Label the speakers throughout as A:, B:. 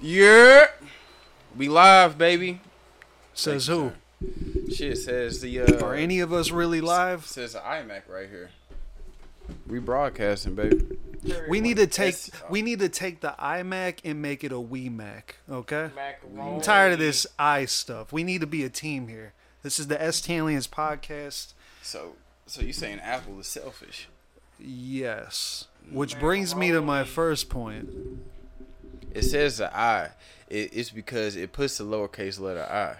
A: Yeah, we live, baby.
B: Says who?
A: Shit says the uh,
B: Are any of us really live?
A: says the iMac right here. We broadcasting, baby.
B: We need to take
A: Yes.
B: we need to take the iMac and make it a we Mac. Okay.
C: Macaroni.
B: I'm tired of this I stuff. We need to be a team here. This is the S Talians podcast.
A: So, so you saying Apple is selfish?
B: Yes. Which brings me to my first point.
A: It says the I. It, it's because it puts the lowercase letter I,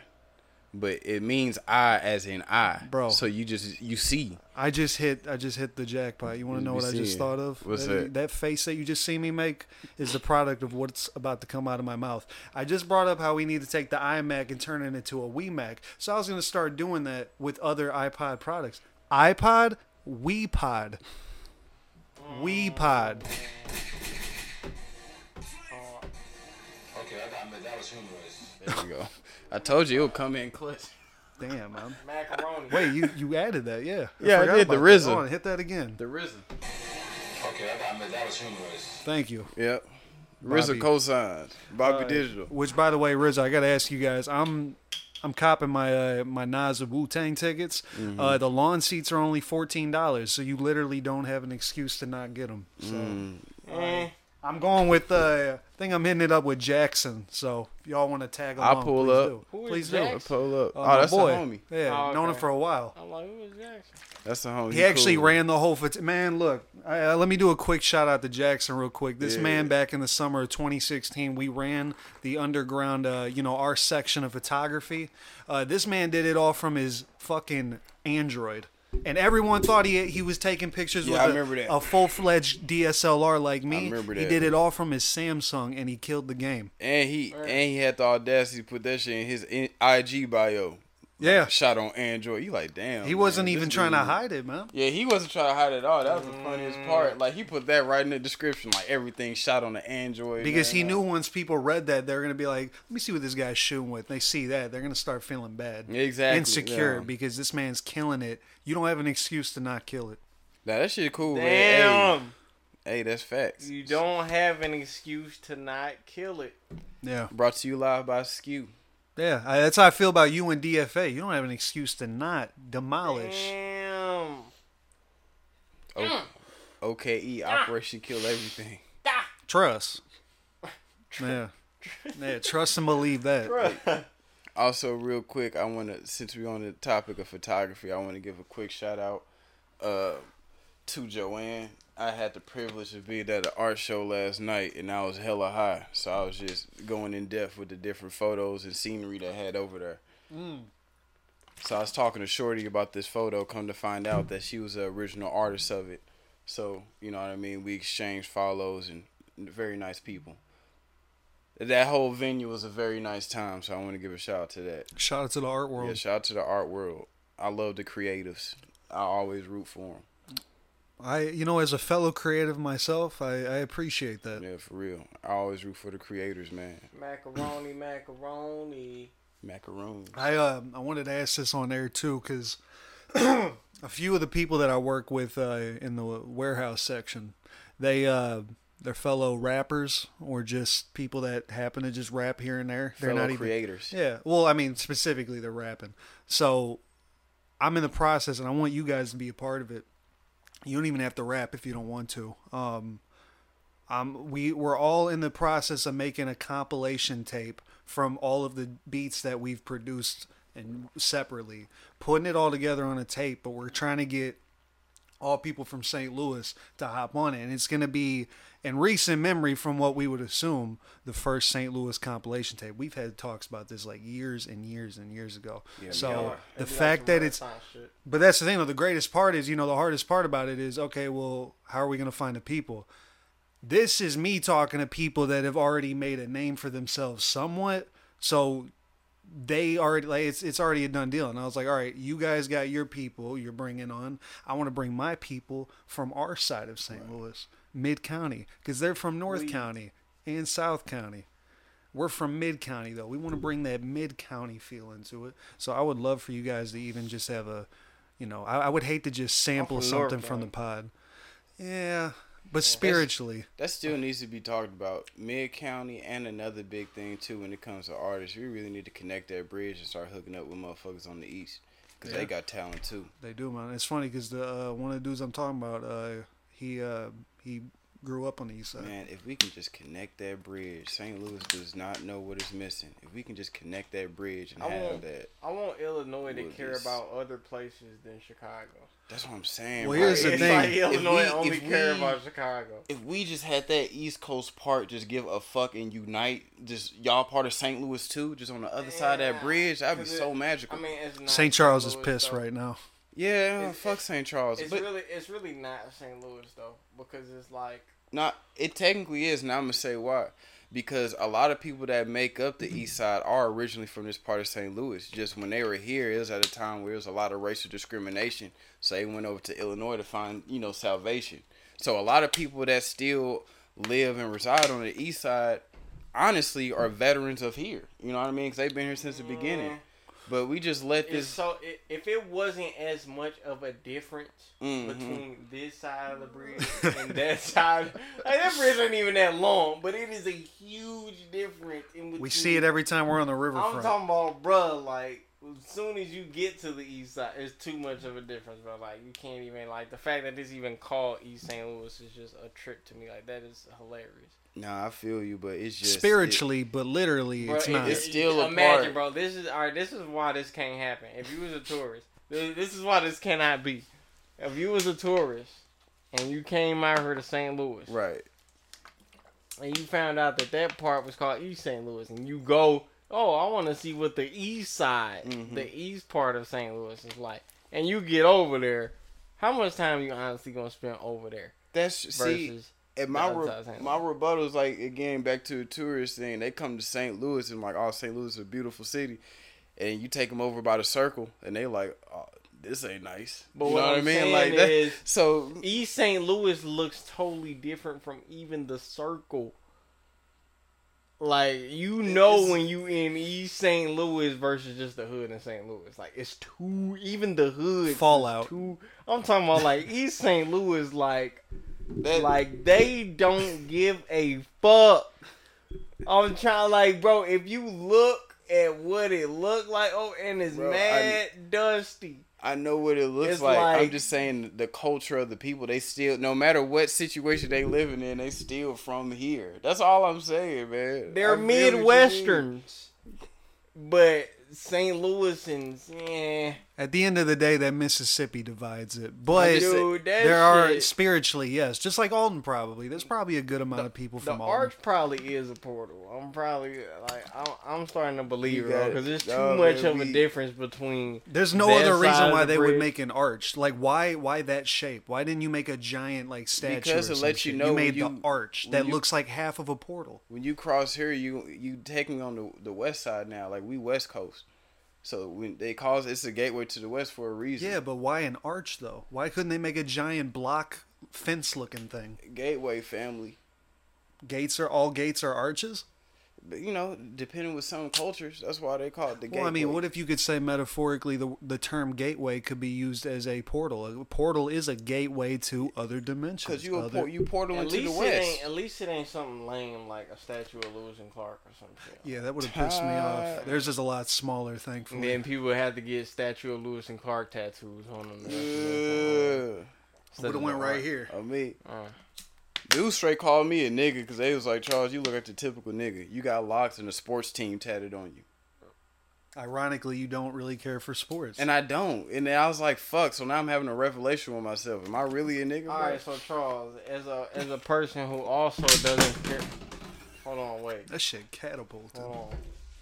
A: but it means I as in I,
B: Bro.
A: So you just you see.
B: I just hit I just hit the jackpot. You want to know
A: You
B: what I
A: see it.
B: just thought of?
A: What's
B: that,
A: that?
B: that face that you just see me make is the product of what's about to come out of my mouth. I just brought up how we need to take the iMac and turn it into a WeMac. So I was going to start doing that with other iPod products. iPod, WePod. WePod.
D: Okay, I got that was humorous.
A: There you go. I told you it'll come in clutch.
B: Damn, man.
C: Macaroni.
B: Wait, you, you added that, yeah.
A: Yeah, I
B: forgot
A: did, the
B: about that.
A: RZA.
B: Hold on, hit that again.
A: The RZA.
D: Okay, I got that was humorous.
B: Thank you.
A: Yep. RZA
B: Bobby. Uh,
A: cosigned. Bobby Digital.
B: Which, by the way, Riz, I gotta ask you guys. I'm I'm copping my uh, my Nas of Wu Tang tickets.
A: Mm-hmm.
B: Uh, the lawn seats are only fourteen dollars, so you literally don't have an excuse to not get them. So
C: Mm.
B: I'm going with. Uh, I think I'm hitting it up with Jackson. So if y'all want to tag along,
A: I'll pull
B: please
A: up.
B: do.
C: Who is
B: please do.
C: Jackson?
A: Pull up.
B: Uh,
A: oh,
B: my
A: that's
B: boy.
A: a homie.
B: Yeah,
C: Oh,
B: known him
C: okay.
B: for a while.
C: I'm like, who is Jackson?
A: That's a homie.
B: He actually
A: cool.
B: ran the whole fat- man. Look, I, uh, let me do a quick shout out to Jackson real quick. This
A: Yeah.
B: man back in the summer of 2016, we ran the underground, uh, you know, our section of photography. Uh, this man did it all from his fucking Android, and everyone thought he he was taking pictures
A: Yeah,
B: with
A: I
B: a-
A: remember that.
B: a full fledged DSLR like me.
A: remember
B: He
A: that.
B: did it all from his Samsung, and he killed the game.
A: And he and he had the audacity to put that shit in his in- IG bio.
B: Yeah,
A: Shot on Android. You like, damn.
B: he wasn't
A: oh, man,
B: even
A: this
B: trying to
A: dude-
B: hide Mm. it, man.
A: Yeah, he wasn't trying to hide at all. That was the funniest part. Like he put that right in the description. Like everything shot on the Android.
B: Because
A: man.
B: he knew once people read that, they're going to be like, let me see what this guy's shooting with. They see that, they're going to start feeling bad.
A: Exactly,
B: Insecure
A: yeah.
B: because this man's killing it. You don't have an excuse to not kill it.
A: Nah, that shit cool. Man.
C: Damn.
A: Hey, hey, that's facts.
C: You don't have an excuse to not kill it.
B: Yeah.
A: Brought to you live by Skew.
B: Yeah. I, that's how I feel about you and DFA. You don't have an excuse to not demolish.
C: Damn.
A: O- OKE Operation Kill Everything.
B: Trust. Yeah. Yeah. Trust and believe that.
C: Bruh.
A: Also, real quick, I want to since we're on the topic of photography, I want to give a quick shout out uh, to Joanne. I had the privilege of being at an art show last night, and I was hella high, so I was just going in depth with the different photos and scenery that I had over there. So I was talking to Shorty about this photo. Come to find out that she was the original artist of it. So you know what I mean. We exchanged follows and very nice people. That whole venue was a very nice time, so I want to give a shout out to that.
B: Shout out to the art world.
A: Yeah, shout out to the art world. I love the creatives. I always root for
B: I, you know, as a fellow creative myself, I, I appreciate that.
A: them. Yeah, for real. I always root for the creators, man.
C: Macaroni, macaroni.
A: Macaroon.
B: I um I wanted to ask this on air too because a few of the people that I work with uh, in the warehouse section, they uh, they're fellow rappers or just people that happen to just rap here and there. They're
A: Fellow
B: not even
A: creators.
B: yeah. Well, I mean, specifically they're rapping. So I'm in the process, and I want you guys to be a part of it. You don't even have to rap if you don't want to. Um, um, we we're all in the process of making a compilation tape from all of the beats that we've produced and separately, putting it all together on a tape. But we're trying to get all people from St. Louis to hop on it. And it's going to be, in recent memory, from what we would assume, the first St. Louis compilation tape. We've had talks about this like years and years and years ago. so
C: Y'all-
B: the
C: if you like
B: fact
C: some
B: that it's,
C: Renaissance shit.
B: but that's the thing though, the greatest part is, you know, the hardest part about it is, okay, well, how are we going to find the people? This is me talking to people that have already made a name for themselves somewhat. So they already like it's it's already a done deal and i was like all right you guys got your people you're bringing on i want to bring my people from our side of st louis mid county because they're from north county and south county we're from mid county though we want to bring that mid county feel into it so i would love for you guys to even just have a you know i, I would hate to just sample
C: from North
B: something from the pod yeah But spiritually,
A: That still needs to be talked about. Mid County and another big thing too when it comes to artists. We really need to connect that bridge and start hooking up with motherfuckers on the east because
B: Yeah.
A: they got talent too.
B: they do, man. It's funny because the uh, one of the dudes I'm talking about, uh, he uh, he grew up on the east side.
A: Man, if we can just connect that bridge, St. Louis does not know what is missing. If we can just connect that bridge and
C: I
A: have
C: won't.
A: that,
C: I want Illinois to
A: Well,
C: care
A: this-
C: about other places than Chicago.
A: that's what I'm saying.
B: Well,
A: bro.
B: here's the
C: it's
B: thing.
C: like
B: If
C: Illinois
A: we-
C: only
A: if
C: care
A: we-
C: about Chicago.
A: if we just had that East Coast part, just give a fuck and unite, just y'all part of St. Louis too, just on the other side of that
C: Yeah.
A: bridge, that'd be
C: 'Cause it-
A: so magical.
C: I mean, it's not
B: St. Charles is
C: Louis,
B: pissed
C: though.
B: right now.
A: yeah,
C: it's-
A: fuck St. Charles,
C: It's
A: but
C: really, it's really not St. Louis though, because it's like
A: not it technically is, and I'm gonna say why, because a lot of people that make up the East Side are originally from this part of St. Louis. Just when they were here, it was at a time where there was a lot of racial discrimination, so they went over to Illinois to find you know salvation. So a lot of people that still live and reside on the East Side honestly are veterans of here. You know what I mean? Because they've been here since the beginning. But we just let
C: Mm. it's
A: this.
C: so. It, if it wasn't as much of a difference
A: Mhm.
B: Mm-hmm.
C: between this side of the bridge and that side, like that bridge ain't even that long, but it is a huge difference.
B: We
C: In between-
B: see it every time we're on the
C: I'm
B: riverfront.
C: talking about, bruh, Like as soon as you get to the east side, it's too much of a difference, bro. Like you can't even like the fact that this even called East St. Louis is just a trip to me. Like that is hilarious.
A: Nah, I feel you, but it's just it-
B: spiritually, but literally,
C: Bro,
B: it's
C: it-
B: not.
A: it's still a
C: imagine,
A: part.
C: bro. This is all right. This is why this can't happen. If you was a tourist, this, this is why this cannot be. If you was a tourist and you came out here to St. Louis
A: right.
C: and you found out that that part was called East St. Louis, and you go, oh, I want to see what the East side,
A: Mhm.
C: the East part of St. Louis is like, and you get over there. How much time you honestly gonna spend over there
A: That's see.
C: versus
A: And my
C: That's
A: re-
C: what I was saying.
A: my rebuttal is like again back to the tourist thing. They come to St. Louis and like, oh, St. Louis is a beautiful city, and you take them over by the circle, and they like, oh, this ain't nice.
C: But
A: you
C: what
A: know what I
C: I'm
A: mean?
C: saying
A: Like that.
C: is-
A: so
C: East St. Louis looks totally different from even the circle. Like you know
A: It's-
C: when you in East St. Louis versus just the hood in St. Louis, like it's too even the hood is
B: Fallout.
C: Too, I'm talking about like East St. Louis, like
A: that,
C: like they don't give a fuck. I'm trying like bro, if you look at what it looked like, oh, and it's
A: Bro, I-
C: mad dusty.
A: I know what it looks
C: It's
A: like. I'm
C: like-
A: just saying the culture of the people. They still, no matter what situation they living in, they still from here. That's all I'm saying, man.
C: They're
A: I feel what you mean.
C: Midwesterns. But St. Louisans, yeah.
B: At the end of the day, that Mississippi divides it. But
C: Dude, that
B: there are
C: shit-
B: spiritually, yes, just like Alden, probably. There's probably a good amount of people
C: The
B: from Alden.
C: arch probably is a portal. I'm probably like I'm, I'm starting to believe
A: You
C: it
A: got it.
C: because there's too
A: Nah,
C: much
A: man,
C: of
A: we-
C: a difference between.
B: There's no
C: that
B: other
C: side
B: reason
C: of
B: why
C: the
B: they would
C: bridge.
B: make an arch. Like why why that shape? Why didn't you make a giant like statue?
A: Because
B: or
A: it
B: some
A: lets you
B: shit?
A: know when
B: made the
A: you-
B: arch
A: when
B: that
A: you-
B: looks like half of a portal.
A: when you cross here, you you taking on the the west side now. Like we west coast, so when they cause it's a gateway to the west for a reason.
B: Yeah, but why an arch though? Why couldn't they make a giant block fence looking thing?
A: gateway family.
B: Gates are all gates are arches?
A: But, you know, depending with some cultures, that's why they call it the gateway.
B: Well, I mean, what if you could say metaphorically the the term gateway could be used as a portal? A portal is a gateway to other dimensions.
A: because you a
B: other-
A: por- you portal
C: At
A: into the
C: least it
A: west.
C: ain't. At least it ain't something lame like a statue of Lewis and Clark or some shit.
B: yeah, that would have pissed me off.
A: Time.
B: Theirs is a lot smaller, thankfully.
C: And then people had to get statue of Lewis and Clark tattoos on them.
A: Yeah.
B: would have went right here.
A: I mean,
C: Uh.
A: dude straight called me a nigga because they was like, Charles, you look like the typical nigga. You got locks and a sports team tatted on you.
B: Ironically, you don't really care for sports.
A: And I don't. And then I was like, fuck. So now I'm having a revelation with myself. Am I really a nigga?
C: All
A: bro?
C: right, so Charles, as a as a person who also doesn't care. Hold on, wait.
B: that shit catapulted.
A: Oh.
C: Hold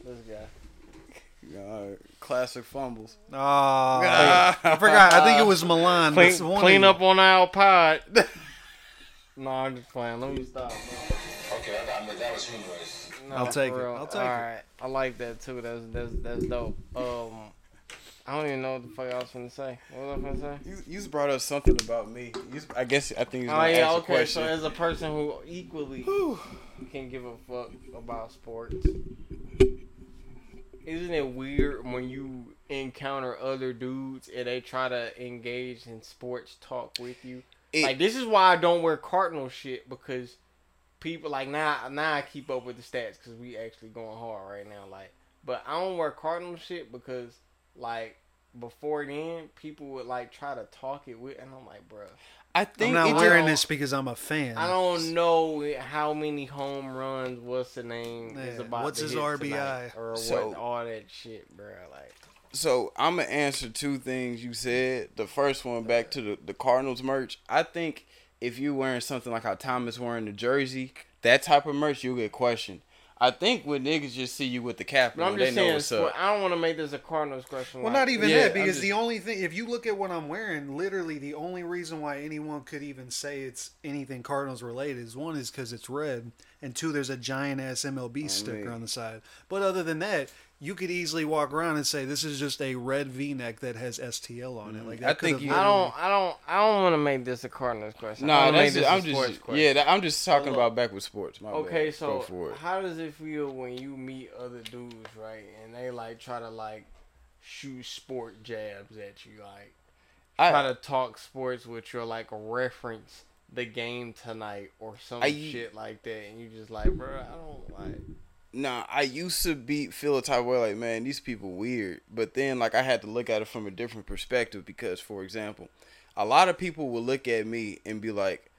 C: on. This guy.
A: Uh, classic fumbles.
B: Oh, I forgot.
A: Uh,
B: I think it was Milan.
C: Clean,
B: That's the one
C: clean
B: of
C: up on our pod. no, I'm just playing. Let me stop.
D: Okay, I gotta admit, that was humorous.
C: No,
B: I'll take
C: for
B: it.
C: real.
B: I'll take it.
C: Alright, I like that too. That's that's that's dope. Um, I don't even know what the fuck I was gonna say. What was I gonna say?
A: You, you brought up something about me. You, I guess I think he's
C: Oh
A: gonna
C: yeah,
A: ask a
C: okay. So
A: question.
C: as a person who equally
A: Whew.
C: can give a fuck about sports, isn't it weird when you encounter other dudes and they try to engage in sports talk with you,
A: It-
C: like this is why I don't wear Cardinal shit because people like now now I keep up with the stats because we actually going hard right now. Like, but I don't wear Cardinal shit because like before then people would like try to talk it with, and I'm like, bruh,
A: I
B: I'm
A: think
B: not
C: E
A: it
B: wearing
A: just-
B: this because I'm a fan.
C: I don't know how many home runs. What's the name? is
B: Yeah,
C: about
B: what's
C: to
B: his
C: hit
B: RBI?
C: tonight, or
A: So-
C: what? All that shit, bruh. Like,
A: So I'm gonna answer two things you said. The first one back to the, the Cardinals merch. I think if you wearing something like how Thomas wearing the jersey, that type of merch, you get questioned. I think when niggas just see you with the cap
C: but
A: on,
C: I'm
A: they
C: just
A: know
C: saying.
A: what's up.
C: spo- I don't want to make this a Cardinals question.
B: Well,
C: like-
B: not even
A: Yeah,
B: that,
A: I'm
B: because the
A: just-
B: only thing, if you look at what I'm wearing, literally the only reason why anyone could even say it's anything Cardinals related is one is because it's red, and two, there's a giant ass MLB sticker
A: Oh, man.
B: on the side. But other than that, you could easily walk around and say this is just a red V neck that has STL on it. Like that
A: Mm. I
B: could
A: think
B: have
A: you-
C: I
B: literally-
C: don't, I don't, I don't want to make this a Cardinals question. I
A: Nah,
C: wanna make
A: that's just,
C: this a
A: I'm
C: sports
A: just
C: question.
A: yeah, that, I'm just talking
C: Look.
A: about back with sports. My
C: Okay,
A: bad. Go
C: so
A: for it.
C: how does it feel when you meet other dudes, right? And they like try to like shoot sport jabs at you, like
A: I-
C: try to talk sports with your like reference the game tonight or some
A: I-
C: shit like that, and you just like, bro, I don't like.
A: Nah, I used to be feel a type of way like, man, these people weird. But then like I had to look at it from a different perspective because for example, a lot of people will look at me and be like,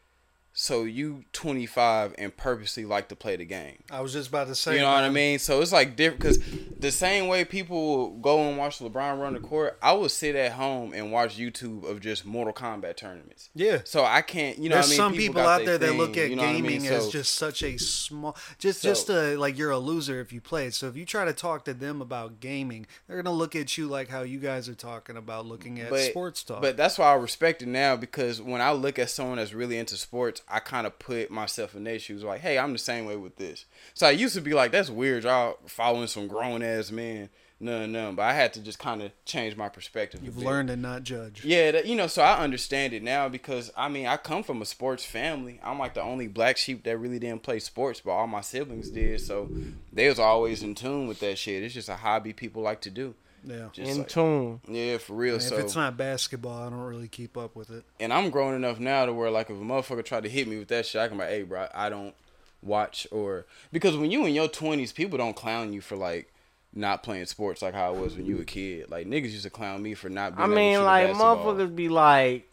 A: So you twenty five and purposely like to play the game.
B: I was just about to say.
A: You know what I mean? So it's like different because the same way people will go and watch LeBron run the court, I will sit at home and watch YouTube of just Mortal Kombat tournaments.
B: Yeah.
A: So I can't, you know,
B: There's
A: what I mean?
B: some people
A: got
B: out
A: their
B: there
A: thing,
B: that look at
A: you know what I mean?
B: gaming as
A: So-
B: just such a small, just just a, like you're a loser if you play. it. So if you try to talk to them about gaming, they're gonna look at you like how you guys are talking about looking at sports talk.
A: But that's why I respect it now because when I look at someone that's really into sports, I kind of put myself in their shoes. Like, hey, I'm the same way with this. So I used to be like, that's weird, y'all following some grown ass man. No, no. But I had to just kind of change my perspective. a
B: You've
A: bit.
B: learned to not judge.
A: Yeah, that, you know, so I understand it now because I mean, I come from a sports family. I'm like the only black sheep that really didn't play sports, but all my siblings did. So they was always in tune with that shit. It's just a hobby people like to do.
B: Yeah.
A: Just like-
C: tune.
A: yeah, for real.
B: if
A: so
B: it's not basketball, I don't really keep up with it.
A: and I'm grown enough now to where like if a motherfucker tried to hit me with that shit, I can be like, hey, bro, I don't watch or because when you in your twenties, people don't clown you for like not playing sports like how I was when you a kid. Like niggas used to clown me for not.
C: I
A: Being
C: mean, like
A: motherfuckers.
C: motherfuckers be like,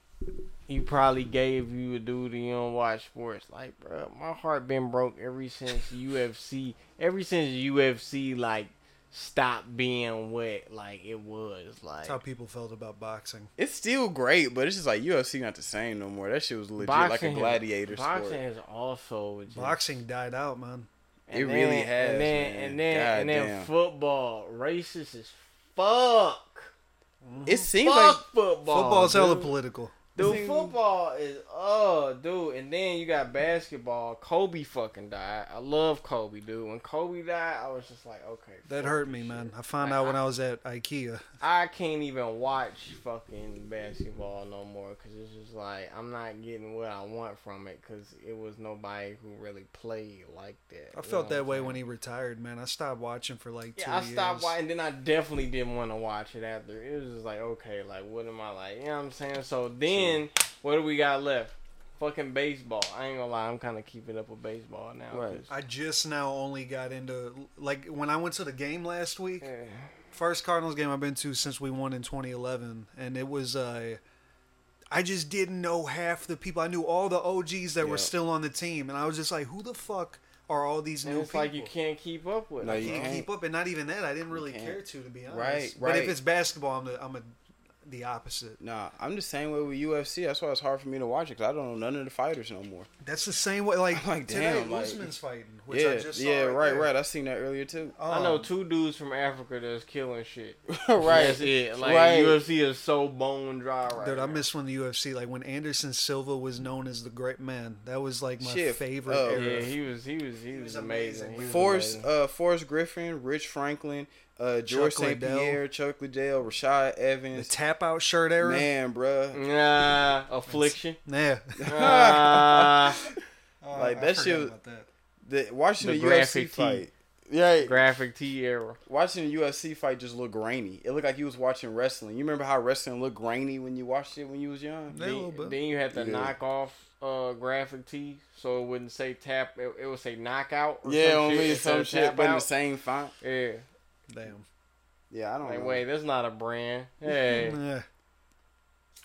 C: you probably gave you a dude and you don't watch sports. Like, bro, my heart been broke ever since UFC. Ever since UFC like stopped being what like it was. Like
B: That's how people felt about boxing.
A: It's still great, but it's just like UFC not the same no more. That shit was legit like a
C: has-
A: gladiator
C: boxing
A: sport.
C: is also just,
B: Boxing died out, man.
A: it really has,
C: And then
A: man.
C: and then and then
A: Goddamn.
C: football racist as fuck. Mm-hmm.
A: It seems
C: Fuck
A: like
C: football.
B: Football's hella
C: dude.
B: political.
C: Dude, football is oh, dude, and then you got basketball. Kobe fucking died. I love Kobe, dude. When Kobe died, I was just like, okay,
B: That
C: fuck
B: hurt
C: this
B: me, man.
C: shit.
B: I found
C: Like,
B: out when
C: I,
B: I was at IKEA.
C: I can't even watch fucking basketball no more because it's just like I'm not getting what I want from it because it was nobody who really played like that.
B: I
A: Oh,
B: felt that way when he retired, man. I stopped watching for like two
C: Yeah, I
B: years.
C: stopped watching, and then I definitely didn't want to watch it after. It was just like, okay, like, what am I like? You know what I'm saying? So then, what do we got left? Fucking baseball. I ain't gonna lie, I'm kind of keeping up with baseball now. 'cause-
B: I just now only got into like when I went to the game last week.
A: Hmm.
C: Yeah.
B: First Cardinals game I've been to since we won in 2011, and it was uh, I just didn't know half the people. I knew all the OGs that
A: Yeah.
B: were still on the team, and I was just like, who the fuck are all these
C: And
B: new
C: it's
B: people?
C: like you can't keep up with.
A: No,
C: it.
A: you
B: Can't
A: can't.
B: keep up, and not even that. I didn't really
A: can't.
B: care to, to be honest.
A: Right,
B: But
A: right.
B: if it's basketball, I'm the I'm a the opposite.
A: Nah, I'm the same way with UFC. That's why it's hard for me to watch it because I don't know none of the fighters no more.
B: That's the same way. Like,
A: I'm like,
B: today,
A: damn, like-
B: Usman's fighting, which
A: yeah,
B: I just saw
A: yeah, right,
B: there.
A: right. I seen that earlier too.
C: I know
B: Um,
C: two dudes from Africa that's killing shit.
A: right,
C: That's it. Like
A: Right.
C: UFC is so bone dry right
B: Dude, I
C: now.
B: miss when the UFC, like when Anderson Silva was known as the great man. That was like my
A: Shit.
B: favorite
A: Oh.
B: era.
C: Yeah, he was he was he, was, amazing.
B: amazing.
C: He was
A: Forrest,
C: amazing.
A: uh, Forrest Griffin, Rich Franklin, uh, George
B: Chuck
A: St.
B: Liddell.
A: Pierre, Chuck Liddell, Rashad
B: the
A: Evans.
B: tap out shirt era.
A: Man, bruh.
B: uh,
C: Nah, affliction.
B: Yeah.
C: Nah.
B: Oh,
A: Like, I that forgot shit was- about The Washington
C: The
A: UFC
C: graphic tee.
A: fight. Yeah,
C: graphic T era.
A: watching the UFC fight just looked grainy. It looked like you was watching wrestling. You remember how wrestling looked grainy when you watched it when you was young?
B: Yeah, a little
C: Then,
B: bit.
C: then you have to
A: Yeah.
C: knock off uh, graphic T, so it wouldn't say tap. It, it would say knockout. Or
A: Yeah,
C: some
A: on
C: shit
A: me
C: instead
A: some
C: of
A: shit,
C: tap
A: but in the
C: out.
A: same font.
C: Yeah,
B: Damn.
A: Yeah, I don't
C: like
A: know.
C: wait, that's not a brand. Hey,
B: Yeah.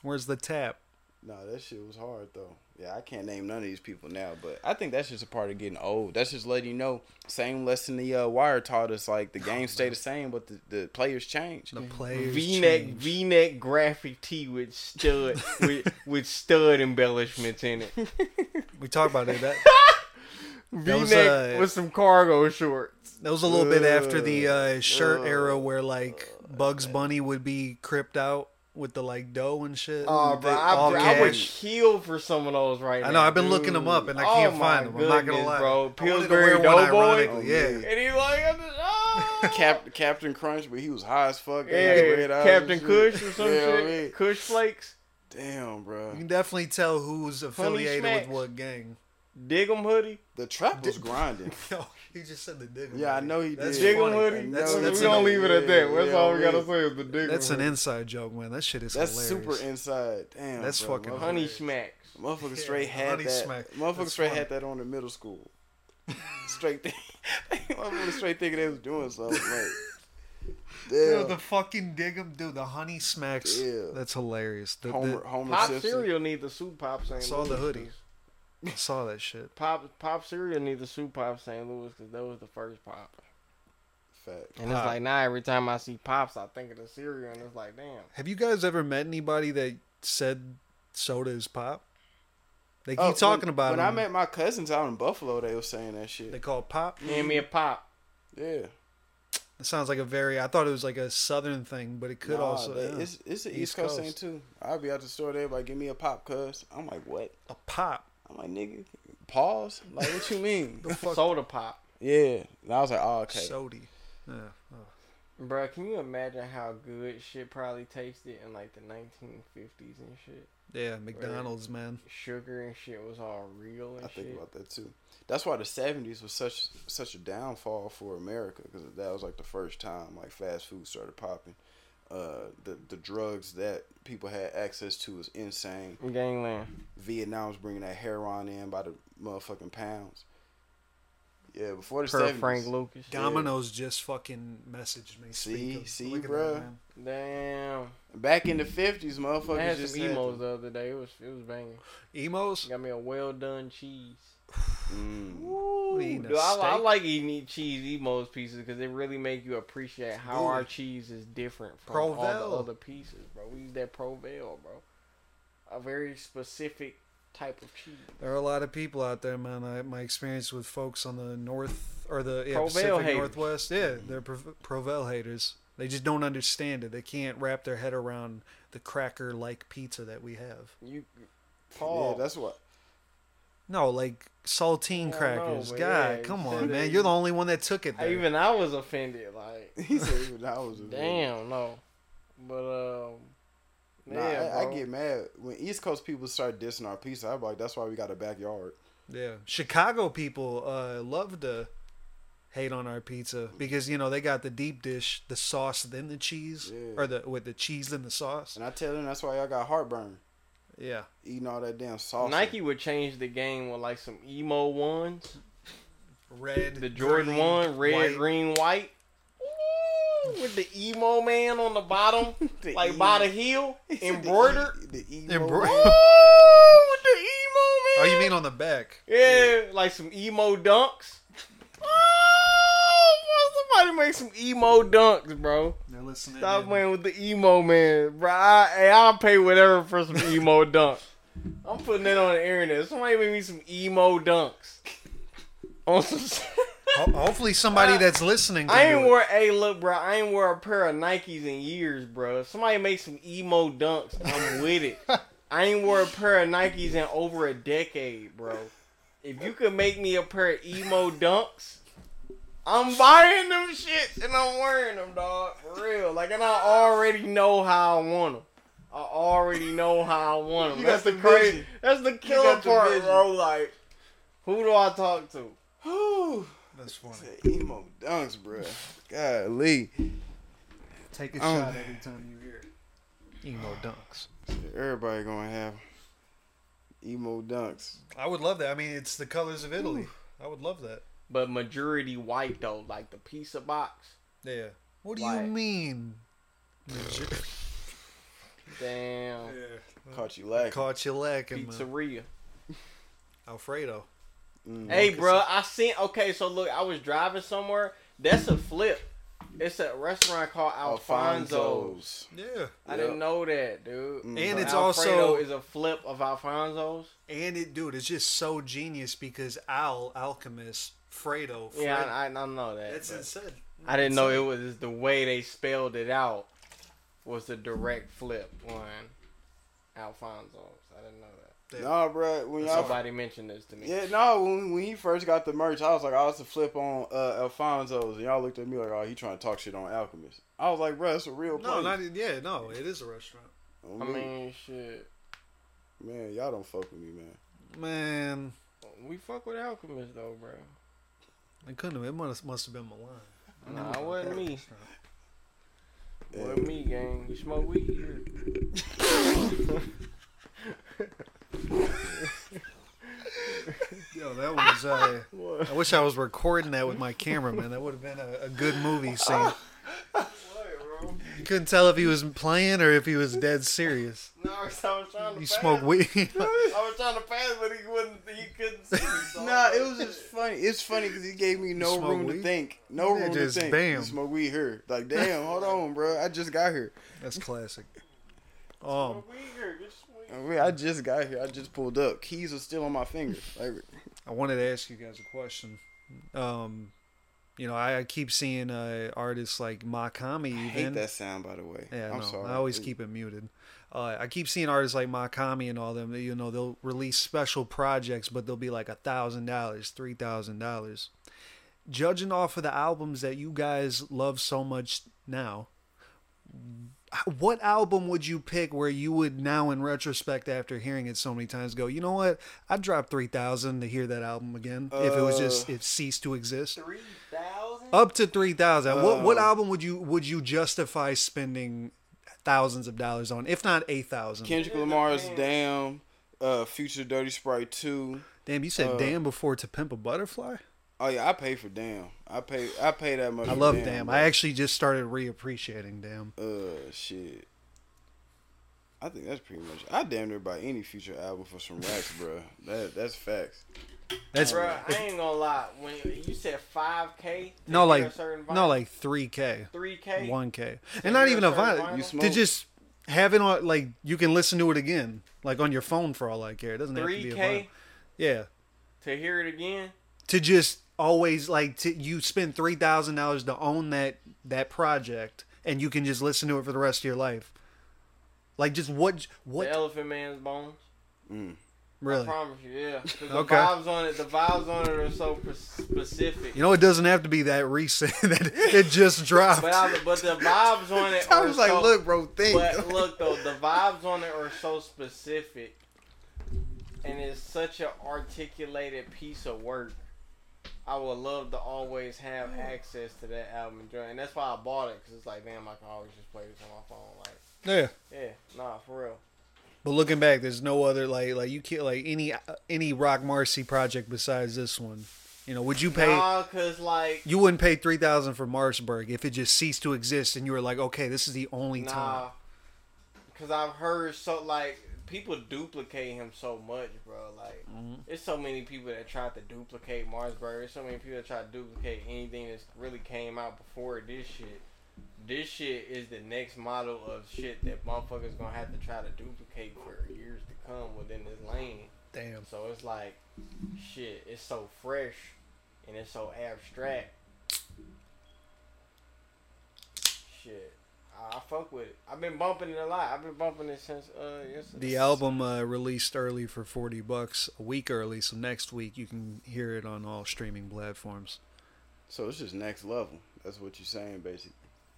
B: Where's the tap?
A: No, that shit was hard though. Yeah, I can't name none of these people now, but I think that's just a part of getting old. That's just letting you know. Same lesson the uh, wire taught us: like the game stay the same, but the, the players change.
B: The players.
C: V-neck,
B: change.
C: V-neck graphic T with stud with with stud embellishments in it.
B: We talked about it. That,
C: V-neck
B: was, uh,
C: with some cargo shorts.
B: that was a little bit after the
A: Ugh.
B: uh, shirt
A: Ugh.
B: era where like Bugs Bunny would be cripped out with the like dough and shit.
C: Oh,
A: they
C: bro, I,
B: all
C: bro, I would
B: cash.
C: kill for some of those right now.
B: I know. I've been looking them up and I can't
C: Oh, my
B: find them. I'm not gonna
C: goodness,
B: lie.
C: bro.
B: I wanted to
C: Pillsbury
B: wear one,
C: Doughboy?
B: ironically,
A: Oh,
B: Yeah.
C: And he's like, I'm just, oh.
A: Cap, Captain Crunch, but he was high as fuck. They had
C: Yeah,
A: red eyes
C: Captain
A: and shit.
C: Kush or some
A: Yeah, I
C: shit.
A: mean,
C: Kush Flakes.
A: Damn,
B: You
A: bro.
B: can definitely tell who's affiliated
C: smacks.
B: with what gang.
C: Dig'em hoodie.
A: The trap was grinding.
B: Yo, he just said the digger.
A: Yeah, I know he
B: That's
A: did.
B: funny.
C: Dig'em hoodie.
B: That's-
C: we
B: that's
C: gonna
B: an-
C: leave it at that. That's
A: yeah,
C: all we
A: yeah.
C: gotta say is the Dig'em
B: That's an
C: hoodie.
B: inside joke, man. That shit is
A: That's
B: hilarious.
A: super inside. Damn,
B: That's
A: bro.
B: fucking
A: Motherfucker-
C: Honey smacks.
A: Motherfucker
B: Yeah,
A: straight had
B: honey
A: that.
B: smack.
A: Motherfucker
B: That's
A: straight
B: funny.
A: had that on in middle school. straight, think, motherfucker straight thinking they was doing something. Like,
B: Yo,
A: damn,
B: the fucking dig'em, dude. The honey smacks.
A: Yeah.
B: That's hilarious. The, the-
A: Homer, Homer
C: Pop
A: Simpson.
C: cereal need the soup pop St.
B: Saw the
C: Louis,
B: hoodie.
C: 'cause
B: I saw that shit.
C: Pop pop cereal need the soup pop St. Louis because that was the first pop.
A: Fact.
C: And
B: Pop.
C: it's like now every time I see pops, I think of the cereal and it's like damn.
B: Have you guys ever met anybody that said soda is pop? They keep
A: Oh,
B: talking
A: when,
B: about
A: when
B: it.
A: I met my cousins out in Buffalo, they was saying that
B: they
A: shit.
B: call it pop.
C: Hand me a pop.
A: Yeah,
B: It sounds like a very. I thought it was like a southern thing, but it could
A: Nah,
B: also
A: they-
B: yeah.
A: it's it's an East,
B: East
A: Coast,
B: Coast.
A: thing too. I'll be out the store, they like, give me a pop, cuz I'm like, what?
B: a pop.
A: I'm like, nigga, pause. Like, what you mean?
B: The fuck
C: Soda pop.
A: yeah, and I was like, oh, okay.
B: sody. Yeah. Oh.
C: Bruh, can you imagine how good shit probably tasted in like the 1950s and shit?
B: yeah, McDonald's man.
C: Sugar and shit was all real and
A: I
C: shit.
A: think about that too. That's why the seventies was such such a downfall for America because that was like the first time like fast food started popping. Uh, the the drugs that people had access to was insane.
C: Gangland.
A: Vietnam was bringing that heroin in by the motherfucking pounds. Yeah, before the
C: Per Frank
A: seventies.
C: Lucas.
A: Yeah.
B: Domino's just fucking messaged me.
A: See?
B: Speak of,
A: See,
B: look at
A: bruh?
B: That, man.
C: Damn.
A: Back in the fifties,
C: I
A: motherfuckers
C: had
A: just
C: some
A: had
C: emos
A: to-
C: the other day. It was it was banging.
B: Emos.
C: Got me a well done cheese.
A: Mm.
C: Ooh,
B: eating a
C: dude, I, I
B: steak?
C: like eating these cheese emos pieces because they really make you appreciate how
B: Good.
C: our cheese is different from all
B: Provel.
C: the other pieces, bro. We use that Provel, bro. A very specific type of cheese.
B: There are a lot of people out there, man. I, my experience with folks on the north or the yeah,
C: Provel
B: Pacific
C: haters.
B: Northwest, yeah, they're Pro- Provel haters. They just don't understand it. They can't wrap their head around the cracker-like pizza that we have.
C: You,
A: Yeah,
C: Paul.
A: that's what.
B: No, like saltine
C: Yeah, I
B: crackers.
C: know, but
B: God,
C: yeah,
B: come
C: you
B: on,
C: should've-
B: man. You're the only one that took it.
C: I-
B: There.
C: even I was offended. Like,
A: He said even I was. a-
C: damn, no. But um,
A: Nah,
C: yeah,
A: I, I
C: bro.
A: get mad when East Coast people start dissing our pizza. I'm like, that's why we got a backyard.
B: Yeah, Chicago people uh, love to hate on our pizza because you know they got the deep dish, the sauce, then the cheese,
A: Yeah.
B: or the with the cheese and the sauce.
A: And I tell them that's why y'all got heartburn.
B: Yeah,
A: Eating all that damn sauce.
C: Nike would change the game with like some emo ones,
B: red.
C: the Jordan
B: green,
C: one, red,
B: white.
C: green, white. Ooh, with the emo man on the bottom,
A: The
C: like
A: emo-
C: by the heel, embroidered.
A: The, e- the emo-
B: Embro-
C: Ooh, with the emo man.
B: Oh, you mean on the back?
C: Yeah, like some emo dunks. Oh, bro, somebody make some emo dunks, bro.
B: They're listening.
C: Stop playing with the emo man, bro. I, hey, I'll pay whatever for some emo dunk. I'm putting that on the internet. Somebody make me some emo dunks. On some,
B: hopefully, somebody
C: I-
B: that's listening. Can
C: I
B: do
C: ain't
B: it.
C: wear. Hey, look, bro. I ain't wear a pair of Nikes in years, bro. Somebody make some emo dunks. I'm with it. I ain't wore a pair of Nikes in over a decade, bro. If you could make me a pair of emo dunks, I'm buying them shits and I'm wearing them, dog. For real. Like, and I already know how I want them. I already know how I want them.
A: You
C: that's
A: got
C: the
A: the
C: crazy.
A: vision.
C: That's the
A: got
C: killer
A: the
C: part,
A: vision.
C: bro. Like, who do I talk to?
A: Whew.
B: That's was funny.
A: Emo dunks, bro. Golly.
B: Take a
A: Oh.
B: shot every time you hear it. Emo
C: Ah.
B: dunks.
A: Everybody gonna have emo dunks.
B: I would love that. I mean, it's the colors of Italy. I would love that.
C: But majority white though, like the pizza box.
B: Yeah. What do
C: Like-
B: you mean?
C: Damn.
A: Caught you lacking.
B: Caught you lacking, man.
C: Pizzeria.
B: Alfredo.
A: Mm.
C: Hey, bro, I seen. Okay, so look, I was driving somewhere. That's a flip. It's a restaurant called Alfonso's.
A: Alfonso's.
B: Yeah.
C: I
A: Yep.
C: didn't
A: Mm.
C: know that, dude.
A: And
C: So
B: it's
C: Alfredo
B: also-
C: is a flip of Alfonso's.
B: And it, dude, it's just so genius because Al, alchemist, Fredo. Fred,
C: Yeah, I, I, I know that.
B: that's
C: but
B: insane.
C: I didn't know it was the way they spelled it out was the direct flip on Alfonso's. I didn't know that.
A: Nah, bro. When y'all
C: Somebody mentioned this to me.
A: Yeah, no, when, when he first got the merch, I was like, I was to flip on uh, Alfonso's, and y'all looked at me like, oh, he trying to talk shit on Alchemist. I was like, bro, that's a real
B: No,
A: place. Oh,
B: not e, yeah, no, it is a restaurant.
C: I mean, shit.
A: man, y'all don't fuck with me, man.
B: Man,
C: We fuck with Alchemist though, bro.
B: it couldn't have. It must must have been Milan.
C: Nah, it wasn't me.
A: Yeah.
C: Wasn't me, gang. You smoke weed?
B: Yo, that was. Uh, I wish I was recording that with my camera, man. That would have been a, a good movie scene. You couldn't tell if he was playing or if he was dead serious.
C: No, I was trying
B: You smoke weed.
C: I was trying to pass, but he wouldn't. He couldn't see me. so-
A: Nah, it was just funny. It's funny because he gave me no
B: smoke
A: room
B: weed?
A: to think. No
B: Yeah,
A: room
B: just
A: to think.
B: bam.
A: You smoke weed here. Like, damn, hold on, bro. I just got here.
B: That's classic. Um,
C: Weird, it's weird.
A: I, mean, I just got here. I just pulled up. Keys are still on my finger. Like,
B: I wanted to ask you guys a question. Um, you know, I, I keep seeing uh, artists like Makami. Even.
A: I hate that sound, by the way.
B: Yeah,
A: I'm
B: no,
A: sorry.
B: I always keep it muted. Uh, I keep seeing artists like Makami and all them. You know, they'll release special projects, but they'll be like a thousand dollars, three thousand dollars. Judging off of the albums that you guys love so much now, what album would you pick where you would now, in retrospect, after hearing it so many times, go, you know what? I'd drop three thousand to hear that album again if it was just
A: Uh,
B: it ceased to exist.
C: Three thousand.
B: Up to three thousand. what
C: Oh.
B: what album would you would you justify spending thousands of dollars on, if not eight thousand?
A: Kendrick Lamar's Damn, uh, Future Dirty Sprite 2.
B: Damn, you said
C: Uh,
B: damn before to pimp a butterfly.
A: Oh yeah, I pay for damn. I pay. I pay that much.
B: I
A: for
B: love damn. I
A: bro.
B: actually just started reappreciating damn.
A: uh shit. I think that's pretty much. I damn near buy any future album for some racks, bro. That that's facts.
B: That's
C: Bro, I ain't gonna lie. When you said five k,
B: no like no like three k,
C: three k.
B: one k, and not even a
C: you're a certain
B: vinyl.
A: You
B: To
A: smoke.
B: just have it on like you can listen to it again, like on your phone for all I care. It doesn't have to be
C: Three
B: a
C: k
B: vinyl. Yeah,
C: to hear it again.
B: to just always like to you spend three thousand dollars to own that that project and you can just listen to it for the rest of your life. Like just what what
C: The Elephant Man's Bones. I
B: really?
C: promise you, yeah. 'Cause The
B: Okay.
C: vibes on it, the vibes on it are so pers- specific.
B: You know it doesn't have to be that recent that it just dropped.
C: But I, but the vibes on it.
A: I
C: are
A: was like,
C: so,
A: look, bro, think.
C: But look though, the vibes on it are so specific, and it's such an articulated piece of work. I would love to always have access to that album and joint, and that's why I bought it because it's like, damn, I can always just play this on my phone. Like,
B: yeah.
C: yeah, nah, for real.
B: But looking back, there's no other like like you can't like any any Rock Marcy project besides this one. You know, would you pay?
C: Nah, cause like,
B: You wouldn't pay three thousand for Marsberg if it just ceased to exist and you were like, okay, this is the only time.
C: nah, cause I've heard so like people duplicate him so much, bro. Like,
B: Mm-hmm.
C: it's so many people that tried to duplicate Marsberg. There's so many people that try to duplicate anything that's really came out before this shit. This shit is the next model of shit that motherfuckers gonna have to try to duplicate for years to come within this lane.
B: Damn.
C: So it's like, shit, it's so fresh and it's so abstract. Shit, I, I fuck with it. I've been bumping it a lot. I've been bumping it since uh yesterday.
B: The album uh, released early for 40 bucks a week early, so next week you can hear it on all streaming platforms.
A: so it's just next level. That's what you're saying, basically.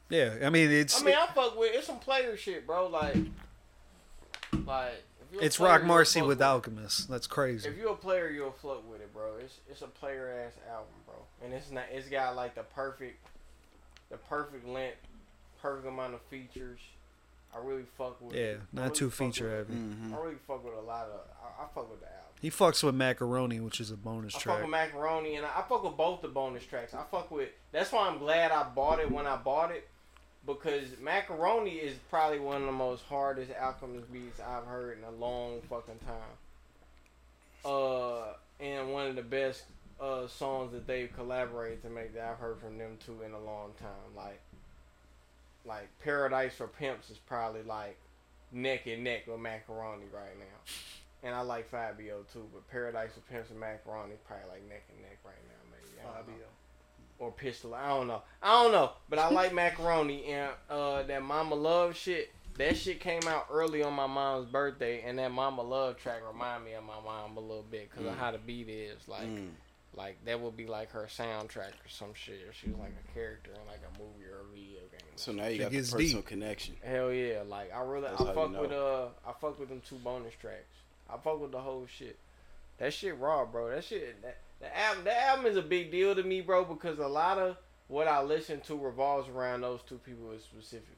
B: Yeah, I mean it's
C: I mean, I fuck with it's some player shit, bro. Like, like if you're a
B: It's
C: player,
B: Rock
C: you'll
B: Marcy
C: fuck
B: with
C: it.
B: Alchemist. That's
C: If
B: crazy.
C: you're a player, you'll float with it, bro. It's it's a player ass album, bro. And it's not it's got like the perfect the perfect length, perfect amount of features. I really fuck with
B: Yeah,
C: it. I
B: not
C: really
B: too
C: fuck with
B: feature
C: it.
B: heavy.
A: Mm-hmm.
C: I really fuck with a lot of I, I fuck with the album.
B: He fucks with Macaroni, which is a bonus
C: I fuck
B: track.
C: with macaroni and I, I fuck with both the bonus tracks. I fuck with that's why I'm glad I bought it when I bought it because macaroni is probably one of the most hardest Alchemist beats I've heard in a long fucking time. Uh, and one of the best uh songs that they've collaborated to make that I've heard from them two in a long time. Like, like Paradise for Pimps is probably like neck and neck with macaroni right now. And I like Fabio too, but Paradise with Pimps and Macaroni probably like neck and neck right now, maybe. I don't know. Or Pistol. I don't know. I don't know. But I like Macaroni and uh, that Mama Love shit. That shit came out early on my mom's birthday, and that Mama Love track remind me of my mom a little bit because of
A: Mm.
C: how the beat is. Like,
A: Mm-hmm.
C: like that would be like her soundtrack or some shit. If she was like a character in like a movie or a video game.
A: So now you
B: It
A: got the
B: gets
A: personal
B: deep.
A: connection.
C: Hell yeah! Like I really,
A: That's how
C: I
A: you
C: fuck
A: know.
C: with uh, I fuck with them two bonus tracks. I fuck with the whole shit. That shit raw, bro. That shit, that the album, the album is a big deal to me, bro, because a lot of what I listen to revolves around those two people specifically.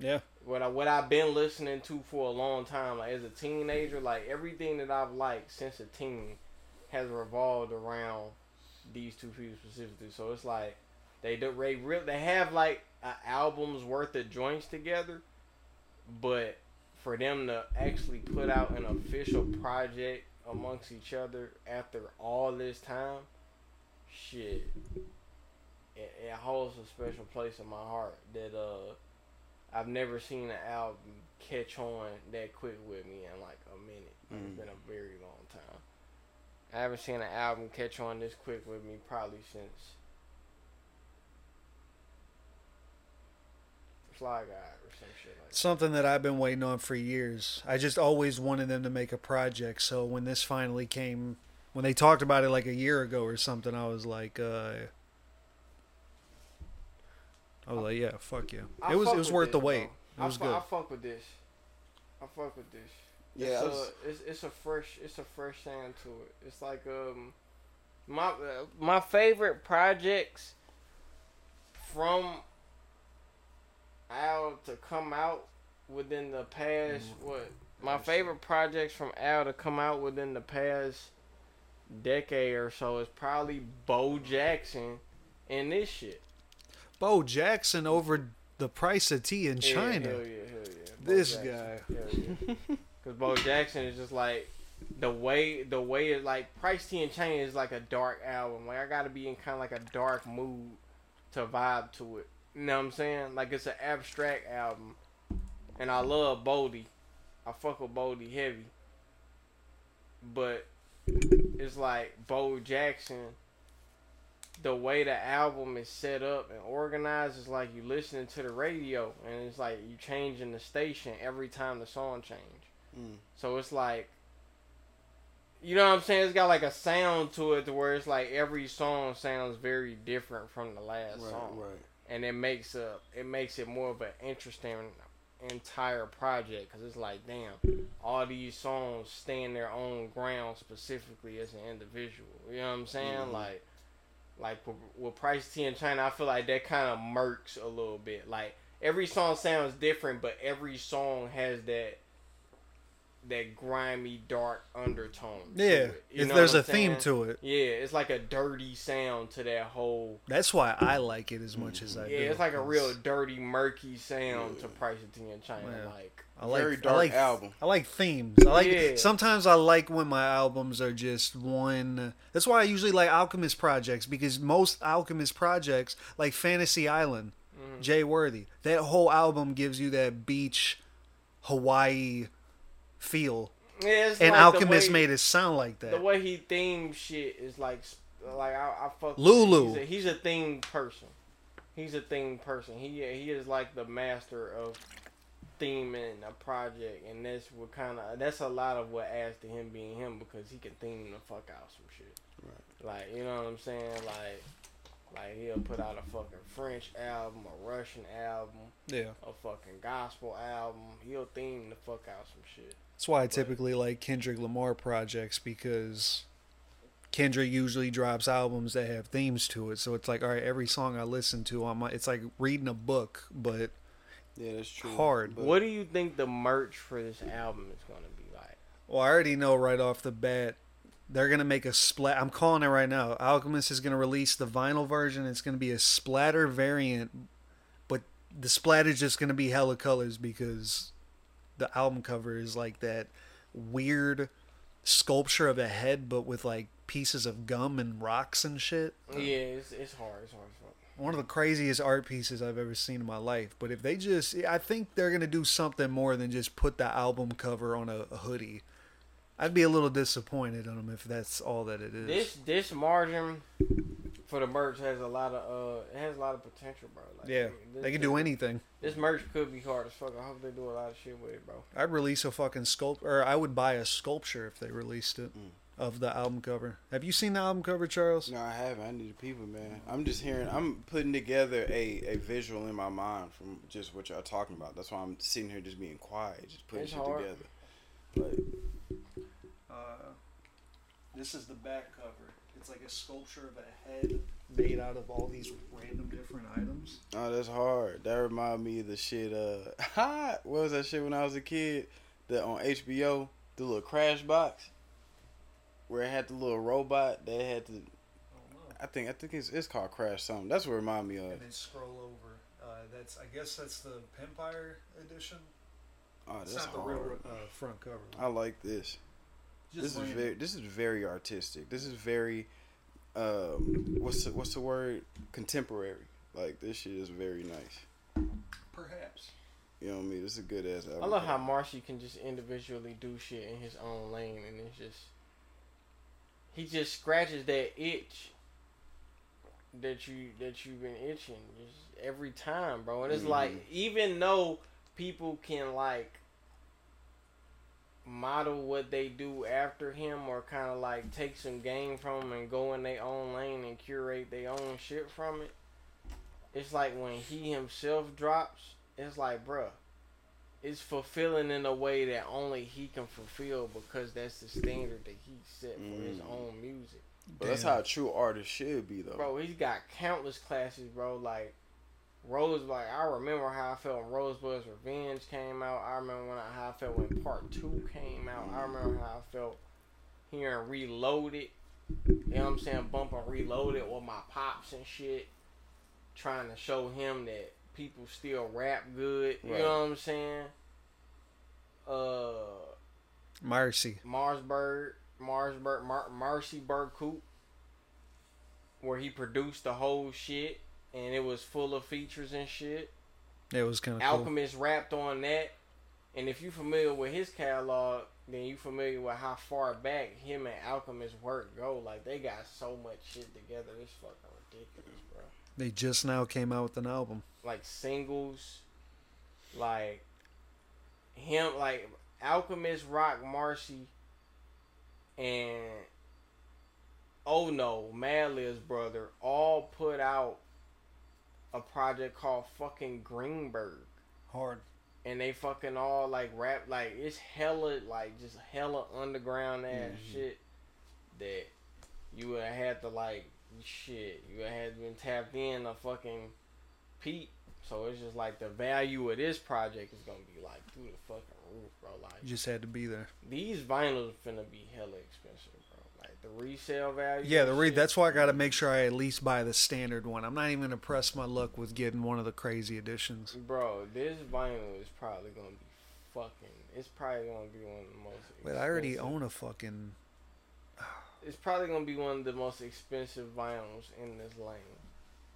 B: Yeah.
C: What I what I've been listening to for a long time, like as a teenager, like everything that I've liked since a teen has revolved around these two people specifically. So it's like they do they real they have like an album's worth of joints together, but for them to actually put out an official project amongst each other after all this time, shit, it, it holds a special place in my heart that uh I've never seen an album catch on that quick with me in like a minute. It's
A: Mm.
C: been a very long time. I haven't seen an album catch on this quick with me probably since Fly Guy or some shit like that.
B: Something that I've been waiting on for years. I just always wanted them to make a project. So when this finally came, when they talked about it like a year ago or something, I was like, uh, I was like, yeah, fuck yeah.
C: I
B: It was
C: fuck
B: it was
C: with
B: worth
C: this,
B: the wait.
C: bro.
B: It was
C: I, fu-
B: good.
C: I fuck with this. I fuck with this.
A: Yeah,
C: it's,
A: I
C: a,
A: was-
C: it's it's a fresh it's a fresh sound to it. It's like um my uh, my favorite projects from Al to come out within the past
A: Mm-hmm.
C: what my favorite projects from Al to come out within the past decade or so is probably Bo Jackson and this shit.
B: Bo Jackson over the price of tea in
C: Yeah,
B: China.
C: hell yeah, hell yeah. Bo
B: This
C: Jackson.
B: guy.
C: Because Bo Jackson is just like the way the way it like Price T and Chain is like a dark album. Like I gotta be in kind of like a dark mood to vibe to it. You know what I'm saying? Like it's an abstract album, and I love Boldy. I fuck with Boldy heavy, but it's like Bo Jackson. The way the album is set up and organized is like you listening to the radio, and it's like you changing the station every time the song change.
A: Mm.
C: So it's like, you know what I'm saying? It's got like a sound to it to where it's like every song sounds very different from the last song, and it makes a it makes it more of an interesting entire project because it's like, damn, all these songs stand their own ground specifically as an individual. You know what I'm saying?
B: Mm-hmm.
A: Mhm.
C: Like. Like with- with Price T and China, I feel like that kind of murks a little bit. Like every song sounds different, but every song has that that grimy, dark undertone. to
B: Yeah,
C: it. You
B: if
C: know
B: there's
C: what
B: a
C: I'm
B: theme
C: saying?
B: to it.
C: Yeah, it's like a dirty sound to that whole.
B: That's why I like it as much as I do.
C: yeah, it's like a real
B: 'cause
C: dirty, murky sound
A: Yeah.
C: to Price of Tea in China.
B: Yeah.
C: Like,
B: I like,
A: very
B: I
A: dark
B: like-
A: album.
B: I like themes. I like
C: Yeah.
B: sometimes I like when my albums are just one. That's why I usually like Alchemist projects because most Alchemist projects, like Fantasy Island,
C: Mm-hmm.
B: Jay Worthy, that whole album gives you that beach, Hawaii feel,
C: yeah, it's
B: and
C: like the
B: Alchemist
C: way-
B: made it sound like that.
C: the way he themes shit is like s- like I, I fuck with him.
B: Lulu.
C: He's a, he's a themed person. He's a themed person. He he is like the master of theming a project, and that's what kind of that's a lot of what adds to him being him because he can theme the fuck out some shit. Like you know what I'm saying? Like like he'll put out a fucking French album, a Russian album,
B: yeah,
C: a fucking gospel album. He'll theme the fuck out some shit.
B: That's why I typically like Kendrick Lamar projects because Kendrick usually drops albums that have themes to it. So it's like, all right, every song I listen to, I'm it's like reading a book, but
A: Yeah, that's true.
B: Hard.
A: But
C: What do you think the merch for this album is gonna be like?
B: well, I already know right off the bat they're gonna make a splat. I'm calling it right now. Alchemist is gonna release the vinyl version. It's gonna be a splatter variant, but the splatter's just gonna be hella colors because the album cover is like that weird sculpture of a head, but with like pieces of gum and rocks and shit.
C: Yeah, it's, it's hard. It's hard as fuck.
B: one of the craziest art pieces I've ever seen in my life. But if they just, I think they're gonna do something more than just put the album cover on a, a hoodie. I'd be a little disappointed on them if that's all that it is.
C: This this margin for the merch has a lot of uh, it has a lot of potential, bro. Like,
B: yeah,
C: this,
B: they can do anything.
C: This merch could be hard as fuck. I hope they do a lot of shit with it, bro.
B: I'd release a fucking sculpt, or I would buy a sculpture if they released it of the album cover. Have you seen the album cover, Charles?
A: No, I haven't. I need the people, man. I'm just hearing. I'm putting together a, a visual in my mind from just what y'all talking about. That's why I'm sitting here just being quiet, just putting
C: It's
A: shit
C: hard.
A: together. Like,
B: Uh, this is the back cover. It's like a sculpture of a head made out of all these random different items.
A: oh, that's hard. That remind me of the shit. Uh, what was that shit when I was a kid? That on HBO, the little Crash Box, where it had the little robot that had to.
B: I don't know.
A: I think I think it's it's called Crash something. That's what it remind me of.
B: and then scroll over. Uh, that's I guess that's the Empire edition.
A: Oh,
B: It's
A: that's
B: not the
A: hard.
B: real uh, front cover.
A: I like this.
B: Just
A: this is
B: random.
A: very this is very artistic. This is very um what's the, what's the word contemporary. Like this shit is very nice.
B: perhaps.
A: You know what I mean? This is a good ass album.
C: I love how Marshy can just individually do shit in his own lane, and it's just he just scratches that itch that you that you've been itching just every time, bro. And it's like even though people can like model what they do after him or kind of like take some game from him and go in their own lane and curate their own shit from it. It's like when he himself drops, it's like, bruh, it's fulfilling in a way that only he can fulfill because that's the standard that he set for his
A: Mm.
C: own music.
A: But that's
B: Damn.
A: how a true artist should be though.
C: Bro, he's got countless classes, bro. Like Rose, like I remember how I felt when Rosebud's Revenge came out. I remember when I, how I felt when Part Two came out. I remember how I felt hearing Reloaded. You know what I'm saying? Bumping Reloaded with my pops and shit, trying to show him that people still rap good. You
A: Right.
C: know what I'm saying? Uh.
B: Mercy.
C: Marsberg, Marsberg, Mar- Marcy Burkoop, where he produced the whole shit and it was full of features and shit.
B: It was kind of cool.
C: Alchemist rapped on that, and if you familiar with his catalog, then you familiar with how far back him and Alchemist work go. Like they got so much shit together, it's fucking ridiculous, bro.
B: They just now came out with an album.
C: Like singles, like him, like Alchemist, Rock, Marcy, and oh no, Madlib's brother all put out a project called fucking Greenberg,
B: Hard.
C: and they fucking all like rap like it's hella like just hella underground ass
B: Mm-hmm.
C: shit that you would have had to like shit you would have been tapped in a fucking peep. So it's just like the value of this project is gonna be like through the fucking roof, bro. Like
B: You just had to be there.
C: these vinyls finna be hella expensive, bro. Like the resale value.
B: Yeah, the
C: and
B: re-
C: shit.
B: that's why I got to make sure I at least buy the standard one. I'm not even gonna press my luck with getting one of the crazy editions.
C: Bro, this vinyl is probably gonna be fucking. It's probably gonna be one of the most.
B: Wait, I already
C: expensive-
B: own a fucking.
C: It's probably gonna be one of the most expensive vinyls in this lane.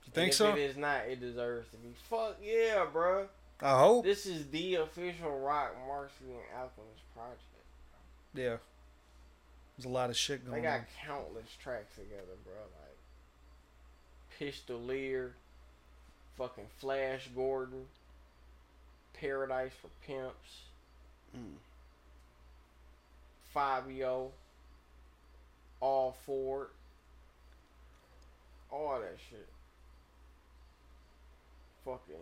B: You
C: And
B: think
C: if
B: so?
C: It is not. It deserves to be. Fuck yeah, bro.
B: I hope.
C: This is the official Rock, Marcy, and Alchemist project.
B: Yeah. There's a lot of shit
C: They
B: going
C: got
B: on.
C: countless tracks together, bro. Like Pistolier, fucking Flash Gordon, Paradise for Pimps,
A: Mm.
C: Fabio, All Ford, all that shit. Fucking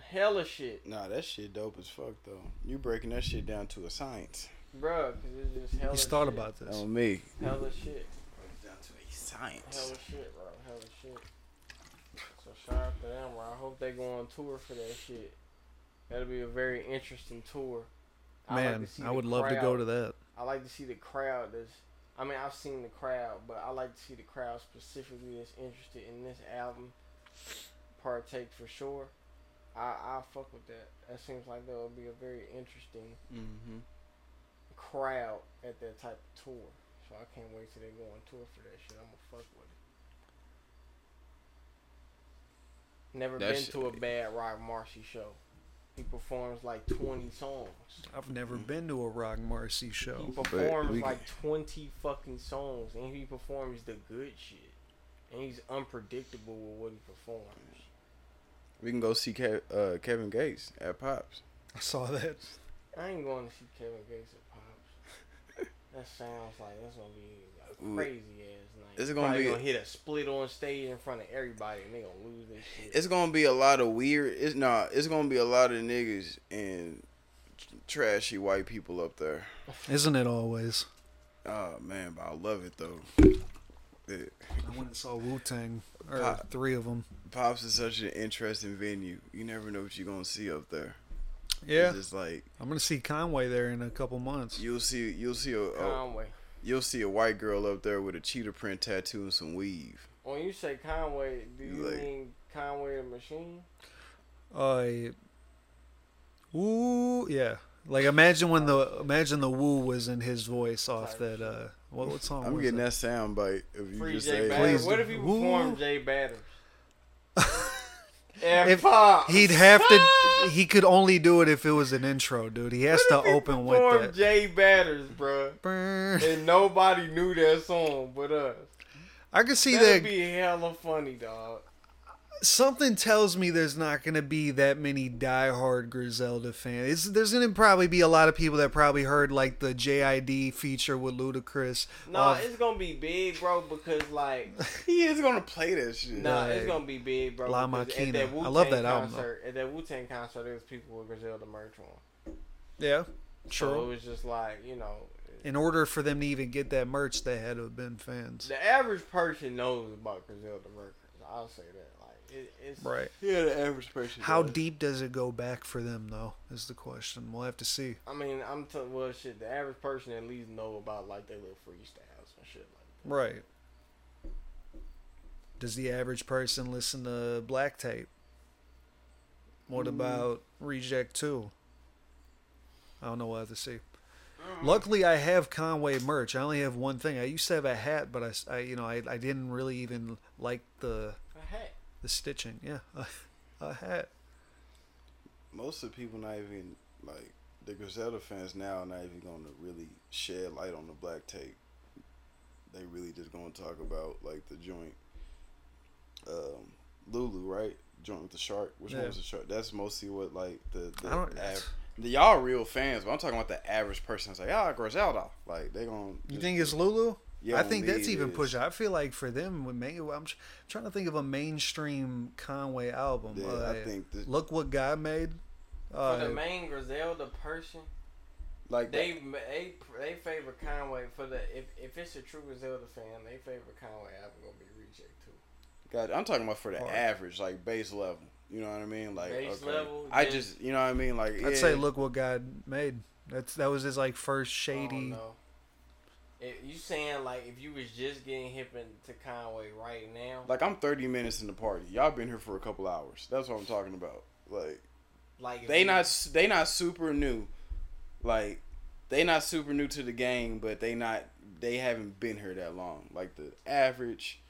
C: hella shit,
A: Nah, that shit dope as fuck though. You breaking that shit down to a science.
C: bro. Cause it's just hella.
B: He's thought
C: shit.
B: about this.
A: On me.
C: hella shit,
A: Down to a science.
C: hella shit, bro, hella shit. So shout out to them, bro. I hope they go on tour for that shit. That'll be a very interesting tour. I'd like
B: Man,
C: to see
B: I
C: the
B: would love to go
C: crowd.
B: to that.
C: I like to see the crowd that's I mean I've seen the crowd, but I like to see the crowd specifically that's interested in this album partake for sure. I I fuck with that. That seems like that would be a very interesting
A: Mm-hmm.
C: crowd at that type of tour. So I can't wait till they go on tour for that shit. I'm gonna fuck with it. Never
A: That
C: been
A: shit-
C: to a bad Rock Marcy show. He performs like 20 songs.
B: I've never
C: Mm-hmm.
B: been to a Rock Marcy
C: He
B: show.
A: But
C: performs
A: we-
C: like twenty fucking songs, and he performs the good shit, and he's unpredictable with what he performs.
A: We can go see Ke- uh, Kevin Gates at Pops.
B: I saw that.
C: I ain't going to see Kevin Gates at Pops. that sounds like that's gonna be a
A: Ooh.
C: crazy ass night.
A: It's
C: He
A: gonna
C: probably
A: be-
C: gonna hit a split on stage in front of everybody, and they gonna lose this shit.
A: It's gonna be a lot of weird. It's nah. It's gonna be a lot of niggas and tr- trashy white people up there.
B: Isn't it always?
A: Oh man, but I love it though. Yeah.
B: I went and saw Wu Tang, or
A: Pop.
B: three of them.
A: Pops is such an interesting venue. You never know what you're gonna see up there.
B: Yeah,
A: It's like
B: I'm gonna see Conway there in a couple months.
A: you'll see you'll see a, a
C: Conway.
A: you'll see a white girl up there with a cheetah print tattoo and some weave.
C: When you say Conway, do you
A: Like-
C: mean Conway the Machine?
B: I, woo, yeah. Like imagine when the imagine the woo was in his voice off that. uh What, what song?
A: I'm
B: was
A: getting
B: it?
A: that sound bite if you
C: Free
A: just
C: Jay
A: say
C: Batters.
B: Please
C: What
B: do.
C: if he
B: Woo.
C: performed Jay Batters? At
B: If
C: Pops.
B: He'd have to. He could only do it if it was an intro, dude. He has to
C: What if he
B: open with
C: performed
B: that.
C: Jay Batters, bruh,
B: Brr.
C: and nobody knew that song but us.
B: I could see
C: That'd
B: that.
C: be hella funny, dog.
B: something tells me there's not going to be that many diehard Griselda fans. It's, there's going to probably be a lot of people that probably heard like the JID feature with Ludacris.
C: Nah,
B: off-
C: it's gonna be big, bro, because like,
A: He is gonna play that shit.
C: nah,
B: Like,
C: it's gonna be big, bro.
B: La
C: because
B: Maquina.
C: At that
B: I love
C: Wu-Tang
B: that album, though.
C: Concert, at that Wu Tang concert, there was people with Griselda merch on.
B: yeah,
C: So it
B: true.
C: was just like, you know,
B: In order for them to even get that merch, they had to have been fans.
C: the average person knows about Griselda merch. I'll say that. Like, it, it's
B: Right.
A: Yeah, the average person.
B: How
A: does.
B: deep does it go back for them, though, is the question. We'll have to see.
C: I mean, I'm t- well, shit. The average person at least know about like their little freestyles and shit like.
B: Right. Does the average person listen to Black Tape? What
A: Mm.
B: about Reject 2? I don't know what I have to see.
A: Uh-huh.
B: Luckily, I have Conway merch. I only have one thing. I used to have a hat, but I s- I, you know, I, I didn't really even like the
C: A hat.
B: the stitching. Yeah, a, hat.
A: most of the people not even like the Griselda fans now are not even gonna really shed light on the black tape. They really just gonna talk about like the joint um Lulu, right? Joint with the shark. Which
B: Yeah.
A: one was the shark? That's mostly what like the, the
B: I don't-
A: av- the y'all real fans, but I'm talking about the average person. It's like, ah, Griselda. Like they gonna
B: You
A: just-
B: think it's Lulu?
A: Yeah,
B: I
A: on
B: think
A: me
B: that's
A: it
B: even
A: is.
B: pushing. I feel like for them, when main, I'm tr- trying to think of a mainstream Conway album.
A: Yeah,
B: Uh,
A: I think the,
B: Look what God made. Uh,
C: for the main Griselda person,
A: like
C: they they they favor Conway for the if if it's a true Griselda fan, they favor Conway. I'm gonna be reject too.
A: God, I'm talking about for the
B: Hard.
A: average, like base level. You know what I mean? Like
C: Base
A: okay.
C: level,
A: I
C: then-
A: just you know what I mean? Like
B: I'd
A: yeah.
B: say look what God made. That's that was his like first shady.
A: Oh,
C: know. If you saying like if you was just getting hip into Conway right now, like,
A: Like I'm 30 minutes in the party. Y'all been here for a couple hours. That's what I'm talking about. Like
C: if
A: they
C: you-
A: not s- they not super new. Like they not super new to the game, but they not they haven't been here that long. Like the average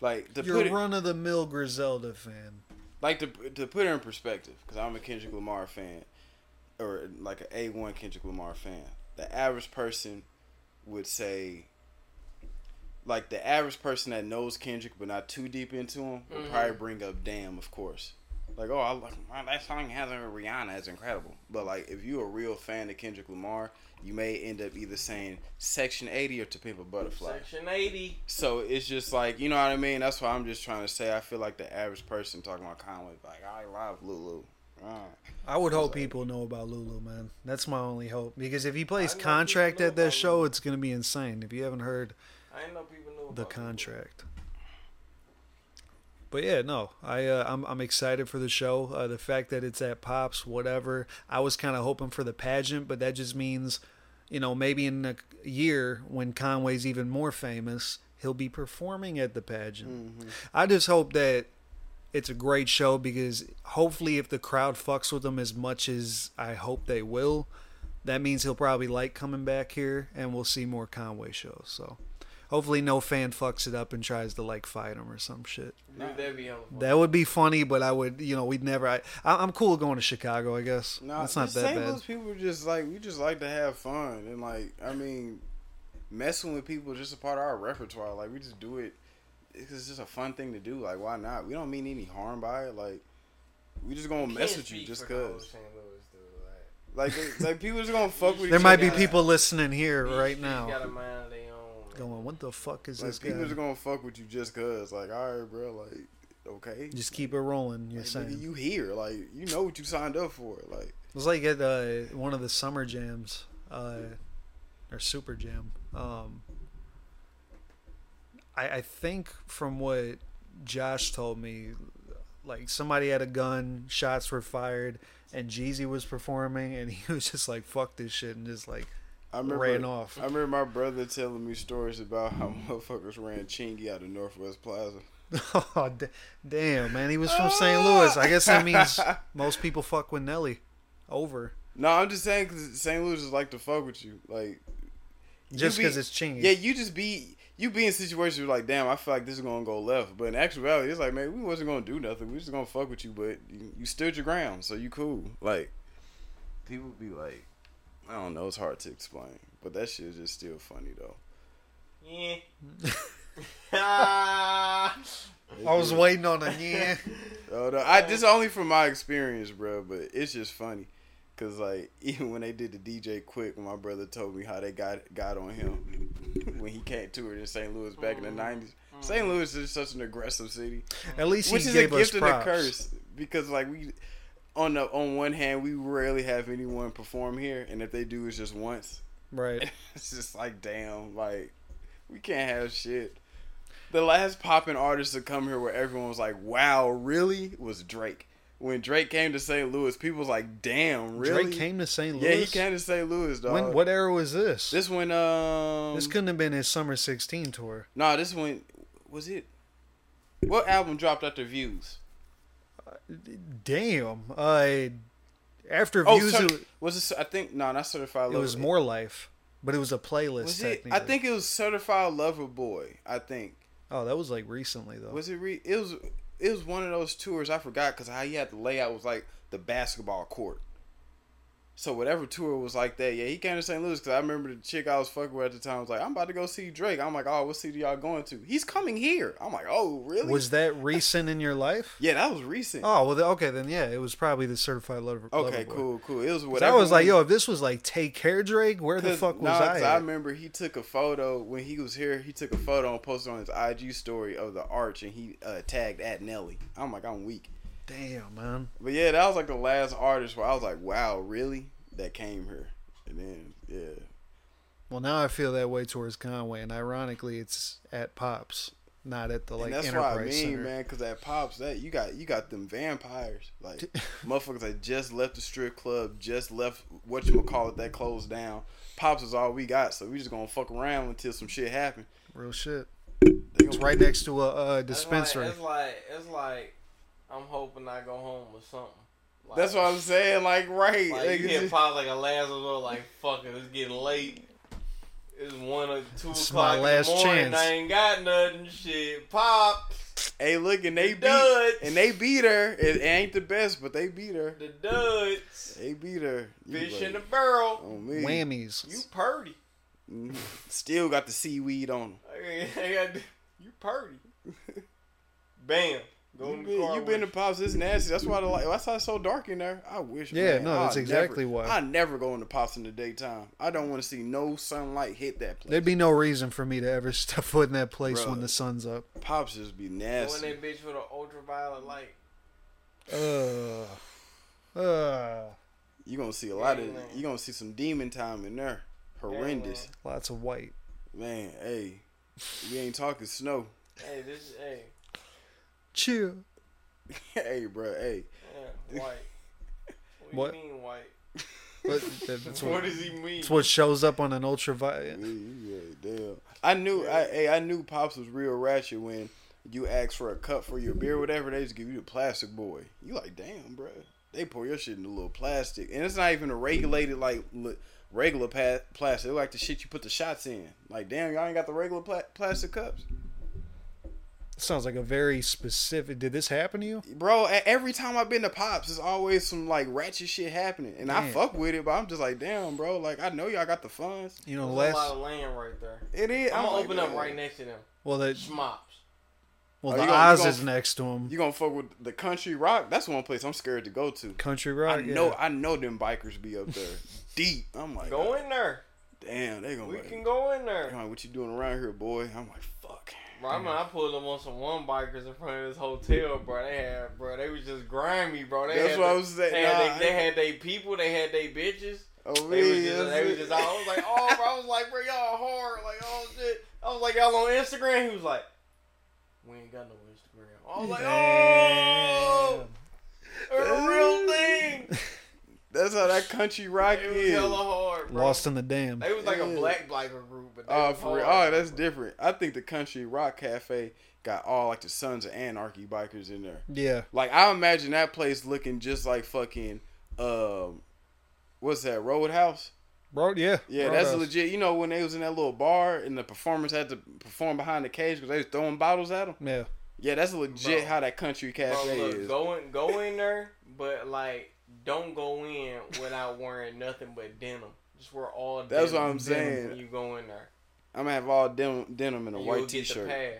A: like to
B: Your
A: put it,
B: run of the mill Griselda fan.
A: like to to put it in perspective cuz I'm a Kendrick Lamar fan or like an A1 Kendrick Lamar fan. The average person would say like the average person that knows Kendrick but not too deep into him would
C: Mhm.
A: probably bring up "Damn," of course. Like, oh, I like wow, that song has a Rihanna is incredible. But like, if you're a real fan of Kendrick Lamar, you may end up either saying "Section 80" or "To Pimp a Butterfly."
C: Section eighty.
A: So it's just like you know what I mean. That's why I'm just trying to say I feel like the average person talking about Conway, like I love Lulu. Uh,
B: I would hope people know about Lulu, man. That's my only hope because if he plays
C: know people
B: contract
C: know
B: at that
C: about
B: show,
C: Lulu.
B: it's gonna be insane. If you haven't heard
C: I didn't know people knew
B: the
C: about that.
B: contract. But yeah, no, I uh, I'm I'm excited for the show. Uh, the fact that it's at Pops, whatever. I was kind of hoping for the pageant, but that just means, you know, maybe in a year when Conway's even more famous, he'll be performing at the pageant.
C: Mm-hmm.
B: I just hope that it's a great show because hopefully, if the crowd fucks with him as much as I hope they will, that means he'll probably like coming back here, and we'll see more Conway shows. So. Hopefully, no fan fucks it up and tries to like fight him or some shit.
C: Dude, that'd be hella fun.
B: That would be funny, but I would, you know, we'd never. I, I- I'm cool going to Chicago, I guess.
A: nah,
B: That's not
A: the
B: that
A: St.
B: bad.
A: Louis people just like we just like to have fun and like I mean, messing with people is just a part of our repertoire. Like we just do it. It's just a fun thing to do. Like why not? We don't mean any harm by it. Like we just gonna mess
C: Can't
A: with you
C: speak
A: just
C: for Conway
A: cause.
C: St. Louis, dude, like-
A: Like they- like people just gonna fuck with.
B: There
A: each
B: might
A: other.
B: be
C: gotta-
B: people listening here right
C: These streets Got
B: now
C: a mind of their own. man.
B: going, "What the fuck is
A: Like
B: this guy?"
A: people just gonna fuck with you just cause. Like all right, bro. Like okay.
B: Just keep it rolling. You're
A: Like, nigga,
B: saying
A: you here. Like you know what you signed up for. Like
B: it was like at uh, one of the summer jams, uh, or super jam. Um, I, I think from what Josh told me, like somebody had a gun, shots were fired, and Jeezy was performing, and he was just like, "Fuck this shit," and just like
A: I remember.
B: ran off.
A: I remember my brother telling me stories about how motherfuckers ran Chingy out of Northwest Plaza.
B: Oh, d- damn, man. He was from St. Louis. I guess that means most people fuck with Nelly. Over.
A: No, I'm just saying because St. Louis is like to fuck with you. Like you
B: Just
A: be-
B: because it's Chingy.
A: Yeah, you just be you be in situations where you're like, damn, I feel like this is gonna go left. But in actuality, it's like, man, we wasn't gonna do nothing. We just gonna fuck with you, but you, you stood your ground, so you cool. Like people be like, I don't know, it's hard to explain, but that shit is just still funny though.
C: Yeah. Ah.
B: I was waiting on a yeah.
A: Oh, no, I this only from my experience, bro. But it's just funny, cause like even when they did the DJ Quick, my brother told me how they got got on him when he came toured in St. Louis back in the nineties. St. Louis is such an aggressive city,
B: At least he
A: which is a
B: gave us
A: gift and a
B: props.
A: curse because like we. On the on one hand, we rarely have anyone perform here, and if they do, it's just once.
B: Right.
A: It's just like damn, like we can't have shit. The last popping artist to come here where everyone was like, "Wow, really?" was Drake. When Drake came to St. Louis, people was like, "Damn, really?"
B: Drake came to St. Louis.
A: Yeah, he came to St. Louis, dog.
B: When, what era was this? this?
A: This one, um, this
B: couldn't have been his Summer 16 tour.
A: nah, this one was it. What album dropped after Views?
B: Damn. Uh, after
A: Oh,
B: Views,
A: cer-
B: it,
A: was it? I think no, not Certified
B: it
A: Lover.
B: was More Life, but it was a playlist.
A: Was it? I
B: technically.
A: think it was Certified Lover Boy. I think.
B: Oh, that was like recently, though.
A: Was it? Re- it was. It was one of those tours I forgot because how you had the layout was like the basketball court. So whatever tour was like that, yeah, he came to St. Louis because I remember the chick I was fucking with at the time was like, "I'm about to go see Drake." I'm like, "Oh, what city y'all going to?" He's coming here. I'm like, "Oh, really?"
B: was that recent in your life?
A: yeah, that was recent.
B: Oh well, th- okay then. Yeah, it was probably the certified lover.
A: okay,
B: Loverboy. 'Cause
A: cool, cool. It was
B: I
A: whatever.
B: was like,
A: one-
B: yo, if this was like Take Care Drake, where the
A: 'Cause-
B: fuck was
A: nah, 'cause
B: I?
A: I
B: at?
A: remember he took a photo when he was here. He took a photo and posted on his IG story of the arch, and he uh, tagged at Nelly. I'm like, I'm weak.
B: Damn man,
A: But yeah, that was like the last artist where I was like, wow, really? That came here. And then, yeah.
B: well now I feel that way towards Conway, and ironically, it's at Pops, not at the like
A: and that's
B: Enterprise
A: what I mean,
B: Center.
A: man, because that pops that you got you got them vampires. Like motherfuckers that just left the strip club, just left what you call it that closed down. Pops is all we got, so we just gonna fuck around until some shit happen.
B: Real shit.
A: They
B: It's
A: gonna-
B: right next to a uh,
C: That's
B: dispensary.
C: Like, it's like it's like I'm hoping I go home with something. Like,
A: That's what I'm saying, like right.
C: Like, you
A: nigga,
C: hit
A: just-
C: pop like a last resort. Like fuck it, it's getting late. It's one or two
B: This is my
C: o'clock
B: last
C: in the morning.
B: chance.
C: I ain't got nothing. Shit, pop
A: hey, look, and they
C: It
A: beat
C: does.
A: and they beat her. It, it ain't the best, but they beat her.
C: the duds,
A: They beat her. You
C: fish
A: like, oh,
C: in the barrel.
A: on me.
B: Whammies.
C: You purdy.
A: Mhm. Still got the seaweed on 'em.
C: I mean, I got you purdy. Bam. Go
A: You
C: in the
A: been,
C: car
A: you
C: with
A: been
C: you.
A: to pops. It's nasty. That's why the light. That's why it's so dark in there. I wish.
B: Yeah,
A: man,
B: no, that's
A: I'll never-
B: exactly why.
A: I never go into pops in the daytime. I don't want to see no sunlight hit that place.
B: There'd be no reason for me to ever step foot in that place
A: Bruh.
B: when the sun's up.
A: pops just be
C: Go in
A: nasty.
C: that bitch with an ultraviolet light.
B: Ugh. Uh,
A: You gonna see a lot of
C: Amen.
A: you gonna see some demon time in there. Horrendous,
B: lots of white.
A: man. Hey, we ain't talking snow.
C: Hey, this is hey,
B: Chill.
A: hey, bro. Hey,
C: yeah, white.
B: What?
C: What, do you mean white?
B: But that- that's
C: What,
B: what,
C: does he mean?
B: it's what shows up on an ultraviolet.
A: yeah, damn. I knew. I hey, I knew pops was real ratchet when you asked for a cup for your beer, or whatever. They just give you the plastic boy. You like, damn, bro. They pour your shit in a little plastic, and it's not even a regulated like li- regular pa- plastic. They like the shit you put the shots in. Like, damn, y'all ain't got the regular pla- plastic cups.
B: Sounds like a very specific. Did this happen to you?
A: bro. e- Every time I've been to Pops, it's always some like ratchet shit happening, and I
B: Damn.
A: fuck with it, but I'm just like, damn, bro. Like I know y'all got the funds.
B: You know,
C: There's a lot
B: last
C: of land right there.
A: It is.
C: I'm gonna
A: like,
C: open up
A: man,
C: right next to them.
B: well, the
C: Schmops.
B: well,
A: Oh,
B: the
A: you gonna- you
B: Oz
A: gonna-
B: is next to him.
A: You gonna fuck with the country rock? That's one place I'm scared to go to.
B: Country rock.
A: I
B: yeah.
A: know, I know them bikers be up there deep. I'm like,
C: Go in there.
A: damn, they gonna.
C: We
A: like,
C: can go in
A: I'm
C: there.
A: like, what you doing around here, boy? I'm like, fuck.
C: Bro, I mean, I pulled them on some one bikers in front of this hotel, bro. They had, bro, they was just grimy, bro. They
A: That's
C: had
A: what I
C: the-
A: was saying.
C: They had
A: Nah,
C: they, they had they people. They had they bitches.
A: Oh,
C: They was
A: yeah,
C: just,
A: that's
C: they was
A: it.
C: just all, I was like, oh, bro. I was like, bro, y'all hard. Like, oh, shit. I was like, y'all on Instagram? He was like, we ain't got no Instagram. I was like, oh, it's a real thing.
A: That's how that country rock
C: It was
A: is.
C: hella hard, bro.
B: Lost in the dam.
C: They was like
A: Yeah.
C: a black biker group, but they
A: Oh,
C: was
A: for real.
C: hard.
A: Oh, that's different. I think the Country Rock Cafe got all like the Sons of Anarchy bikers in there.
B: Yeah,
A: Like I imagine that place looking just like fucking um what's that, Roadhouse?
B: bro. Yeah,
A: Yeah,
B: Bro,
A: that's
B: uh,
A: legit. You know when they was in that little bar and the performers had to perform behind the cage because they was throwing bottles at them.
B: Yeah,
A: Yeah, that's legit
C: Bro.
A: how that country
C: Bro,
A: cafe
C: look,
A: is.
C: go in, go in there, but like, don't go in without wearing nothing but denim. Just wear all.
A: That's
C: denim
A: what I'm saying.
C: When you go in there,
A: I'm gonna have all denim, denim and a
C: And you'll
A: white
C: get the
A: t-shirt.
C: pass.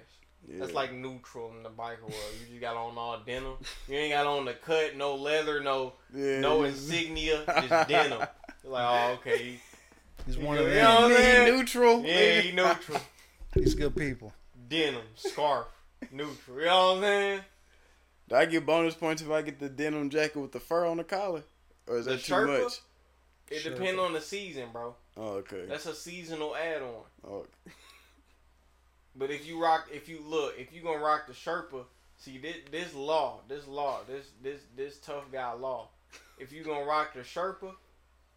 A: Yeah.
C: That's like neutral in the biker world. You just got on all denim. You ain't got on the cut, no leather, no
A: yeah.
C: no insignia, just denim. You're like, oh, okay,
B: he's
C: You
B: one
C: know,
B: of
C: you
B: them.
C: know-
A: Me
C: man.
A: neutral.
C: yeah,
A: nigga.
C: you neutral,
B: He's good people.
C: denim, scarf, neutral. You know what I'm saying?
A: Do I get bonus points if I get the denim jacket with the fur on the collar? Or is
C: The
A: that too
C: Sherpa?
A: much?
C: It
B: Sure.
C: depends on the season, bro.
A: Oh, okay.
C: That's a seasonal add-on.
A: Oh,
C: But if you rock, if you look, if you gonna rock the Sherpa, see this this law, this law, this this this tough guy law. If you gonna rock the Sherpa,